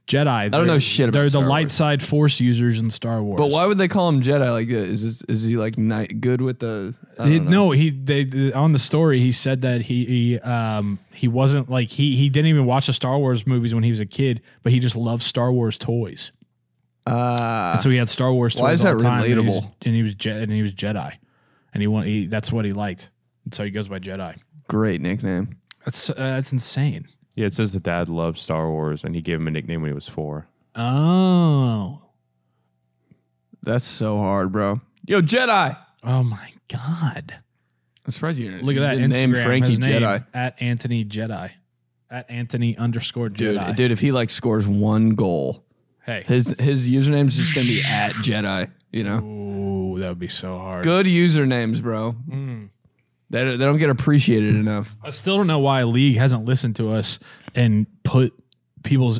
Jedi. I
don't know shit about
They're
Star
the light
Wars.
side Force users in Star Wars.
But why would they call him Jedi? Like, uh, is this, is he like night good with the? I don't
He-
know.
no, he they, they- on the story he said that he, he um he wasn't like he he didn't even watch the Star Wars movies when he was a kid, but he just loved Star Wars toys.
Uh,
And so he had Star Wars toys.
Why is
all
that
the time, and he was-
relatable?
And he was Je- and he was Jedi, and he, want, he that's what he liked, and so he goes by Jedi.
great nickname.
That's uh, that's insane.
Yeah, it says the dad loved Star Wars and he gave him a nickname when he was four.
Oh,
That's so hard, bro. Yo, Jedi.
Oh my God.
I'm surprised you didn't-
Look at
you
that.
didn't
Instagram.
Name Frankie
His name,
Jedi.
At Anthony Jedi. At Anthony underscore
Dude,
Jedi.
dude, if he like scores one goal,
Hey.
his his username's just
[LAUGHS]
gonna be at Jedi. You know,
Ooh, that would be so hard. Hmm.
good usernames, bro. They don't- they don't get appreciated enough.
I still don't know why League hasn't listened to us and put people's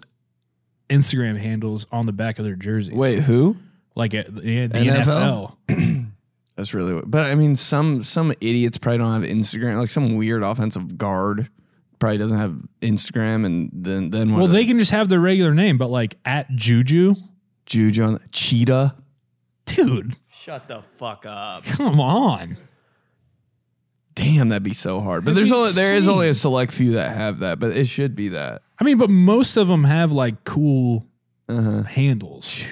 Instagram handles on uh, the back of their jerseys.
Wait, who?
Like at the, the
NFL?
NFL.
That's really what. But I mean, some some idiots probably don't have Instagram. Like some weird offensive guard probably doesn't have Instagram, and then then one
Well,
of
they
the
can just have their regular name, but like at Juju,
Juju on Cheetah.
dude,
Shut the fuck up.
come on.
Damn, that'd be so hard. But there's only there is only a select few that have that, but it should be that.
I mean, but most of them have like cool
Uh-huh.
handles.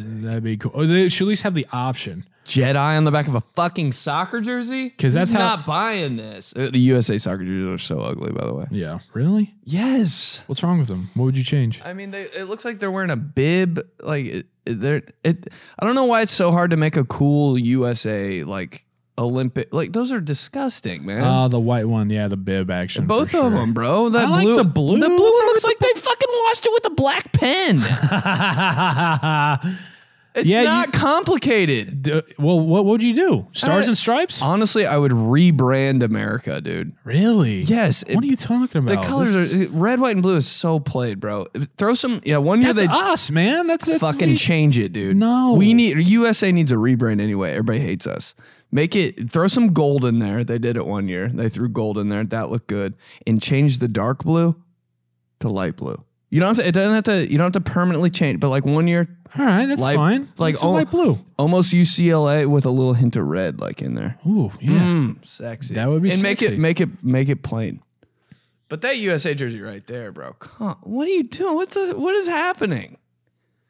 That'd be cool. Or they should at least have the option.
Jedi on the back of a fucking soccer jersey?
'Cause that's
Who's
how-
not buying this. Uh, The USA soccer jerseys are so ugly, by the way.
Yeah. Really?
Yes.
What's wrong with them? What would you change?
I mean, they, it looks like they're wearing a bib. Like it- it- they're it. I don't know why it's so hard to make a cool USA like Olympic. Like those are disgusting, man.
Uh, the white one. Yeah, the bib action. for
Both of
sure.
them, bro. That
I like
blue,
the blue.
The blue
What's wrong
looks like they fucking washed it with a black [LAUGHS] pen. It's
Yeah, you-
not
[LAUGHS]
complicated.
D- well, what would you do? Stars
Uh,
and stripes?
Honestly, I would rebrand America, dude.
really?
Yes. it-
What are you talking
the
about?
colors
This is-
are red, white, and blue is so played, bro. Throw some. Yeah, one year
That's
they
us, man. That's, that's
fucking
me.
change it, dude.
No.
we need USA needs a rebrand anyway. Everybody hates us. Make it throw some gold in there. They did it one year. They threw gold in there. That looked good. And change the dark blue to light blue. You don't have to. It doesn't have to. You don't have to permanently change. But like one year,
All right, that's
Light-
fine.
like,
It's a
oh-
light blue.
almost UCLA with a little hint of red, like in there.
Ooh, yeah.
Mm, sexy.
That would be
and make
sexy.
it make it make it plain. But that USA jersey right there, bro. Come, what are you doing? What's the, what is happening?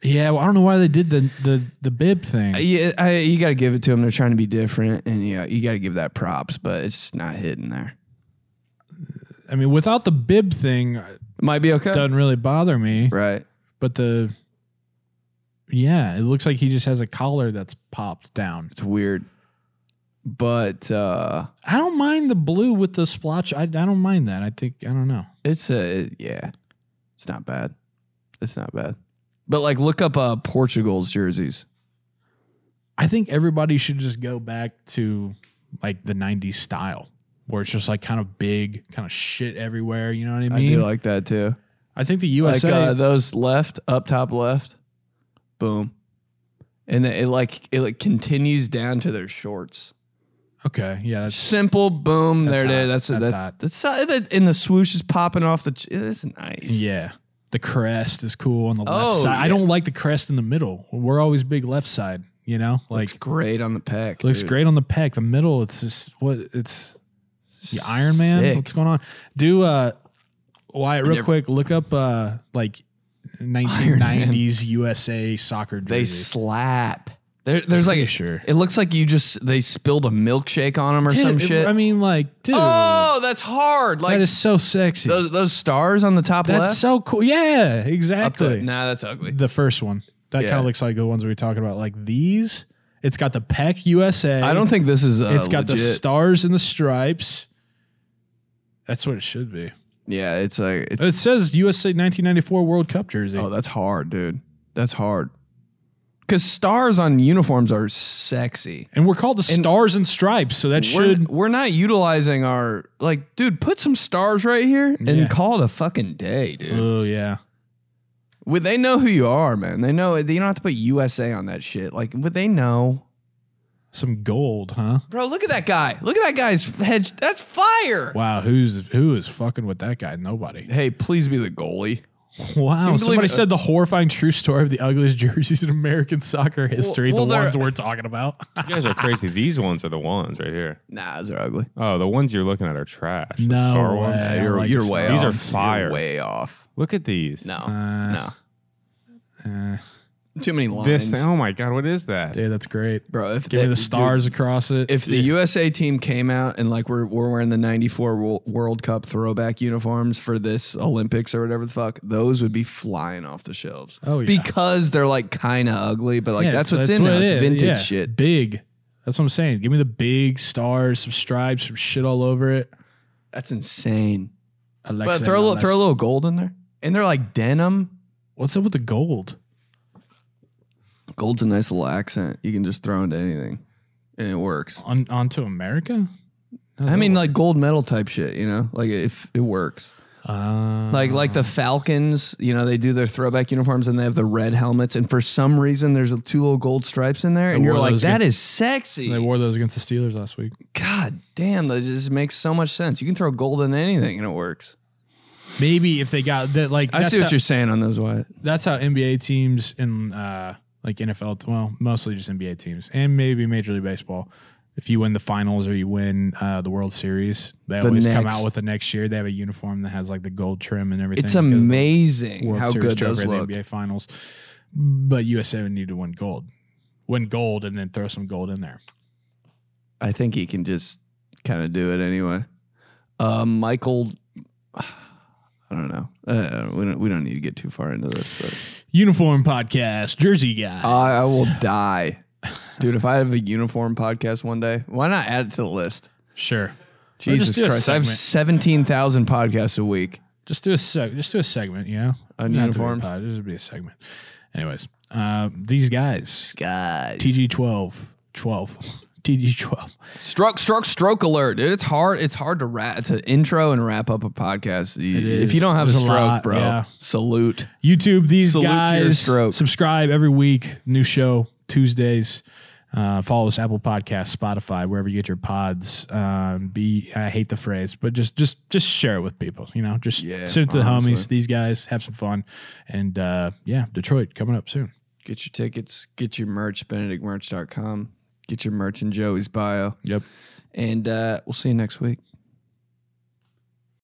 Yeah, well, I don't know why they did the the, the bib thing.
Yeah, I, you got to give it to them. They're trying to be different, and yeah, you got to give that props. But it's just not hitting there.
I mean, without the bib thing, it
Might be okay,
doesn't really bother me.
right?
But the yeah, it looks like he just has a collar that's popped down.
It's weird, but uh
I don't mind the blue with the splotch. I, I don't mind that. I think I don't know.
it's a yeah, it's not bad. It's not bad. But like, look up uh Portugal's jerseys.
I think everybody should just go back to like the '90s style, where it's just like kind of big, kind of shit everywhere. You know what I
I
mean? I,
do like that too.
think the
like
USA.
uh, those left up top left boom and then it like it like continues down to their shorts
okay, yeah, that's
simple boom
That's
there it
hot.
is that's
That's
that's,
hot.
that's, that's, that- and the swoosh is popping off the ch- it's nice
Yeah. The crest is cool on the left
Oh,
side. I
yeah.
don't like the crest in the middle. We're always big left side, you know? Like
looks great on the pec
looks
dude.
great on the pec. The middle, it's just what it's the Iron Man.
Sick.
What's going on? Do uh Wyatt real
Never-
quick, look up uh like nineteen nineties USA soccer
they
jerseys.
slap there, there's like
sure.
it looks like you just they spilled a milkshake on them or
Dude,
some
it-
shit
I mean like dude
oh that's hard like
that is so sexy.
those those stars on the top
That's
left
so cool. Yeah,
Up the-
exactly.
nah that's ugly
The first one. That
Yeah.
kind of looks like the ones we were talking about. Like these. It's got the Peck USA.
I don't think this is uh,
It's got the
legit.
stars and the stripes. That's what it should be.
yeah it's like it's
It says USA 1994 World Cup jersey.
Oh, that's hard, dude. That's hard. Because stars on uniforms are sexy.
and we're called the Stars and Stripes, so that
We're,
should
we're not utilizing our like, dude. Put some stars right here and
Yeah.
call it a fucking day, dude.
Oh yeah.
would they know who you are, man? They know you don't have to put USA on that shit. Like, would they know,
Some gold, huh?
bro? Look at that guy. Look at that guy's head. That's fire.
Wow, who's who is fucking with that guy?
[LAUGHS]
Nobody.
Hey, please be the goalie.
Wow.
believe
Somebody
it-
said the horrifying true story of the ugliest [LAUGHS] jerseys in American soccer history,
well,
the
they're-
ones we're talking about.
You guys are [LAUGHS] crazy. These ones are the ones right here.
Nah, those are ugly.
Oh, the ones you're looking at are trash. The
No
Star
way.
ones.
I don't
you're
like
you're
the
way
stars.
These
off.
are
You're
fire.
way off. Look,
Look at these.
no,
Uh,
Oh, no.
Uh,
Too many lines,
This thing. Oh my god, what is that?
dude, that's great.
bro. If
Give me
they-
the
dude,
stars across it.
If the USA team came out and like we're, we're wearing the 94 Wo- World Cup throwback uniforms for this Olympics or whatever the fuck, those would be flying off the shelves.
Oh, yeah.
Because they're like kind of ugly, but like
Yeah,
that's what's in
what
now.
it
It's
is.
vintage
Yeah.
shit.
Big. That's what I'm saying. Give me the big stars, some stripes, some shit all over it.
That's insane.
Alexa
but throw a, little,
MLS.
throw a little gold in there. And they're like denim.
What's up with the gold?
Gold's a nice little accent. You can just throw into anything and it works.
On onto America?
I mean, like gold medal type shit, you know? Like if it works.
Uh,
Like like the Falcons, you know, they do their throwback uniforms and they have the red helmets, and for some reason there's two little gold stripes in there, and you're
wore
like,
those
that
good-
is sexy.
they wore those against the Steelers last week.
God damn, that just makes so much sense. You can throw gold in anything and it works.
Maybe if they got that, like
I
that's
see what
how,
you're saying on those Wyatt.
that's how NBA teams and uh, like NFL, well, mostly just NBA teams and maybe Major League Baseball. If you win the finals or you win uh, the World Series, they
The
always come
next-
out with the next year. They have a uniform that has like the gold trim and everything.
It's
because the
amazing
World
how
Series
good those
trophy in
look.
the NBA Finals. But USA would need to win gold, win gold, and then throw some gold in there.
I think he can just kind of do it anyway. Uh, Michael, [SIGHS] I don't know. Uh, we don't. We don't need to get too far into this, but
Uniform podcast, jersey guy.
I, I will die, dude. If I have a uniform podcast one day, why not add it to the list?
sure.
Jesus
do a
Christ, I have
segment.
seventeen thousand podcasts a week.
Just do a seg- just do a segment, you know, Not
On
to be a
uniforms?
pod, This would be a segment. Anyways, uh, these guys,
Guys,
TG 12, 12, TG 12.
stroke, stroke, stroke alert, dude. It's hard. It's hard to ra- to intro and wrap up a podcast You-
It
if
is.
you don't have a
There's a
stroke,
lot,
bro.
yeah.
Salute.
YouTube, these
Salute to your
guys.
stroke.
Subscribe every week. New show Tuesdays. Uh, follow us Apple Podcasts, Spotify, wherever you get your pods. Um, be I hate the phrase, but just just just share it with people. You know, just
Yeah,
send it to the
honestly.
homies. These guys have some fun, and uh, yeah, Detroit coming up soon.
Get your tickets, get your merch, benedictmerch.com. Get your merch in Joey's bio.
Yep.
And uh, we'll see you next week.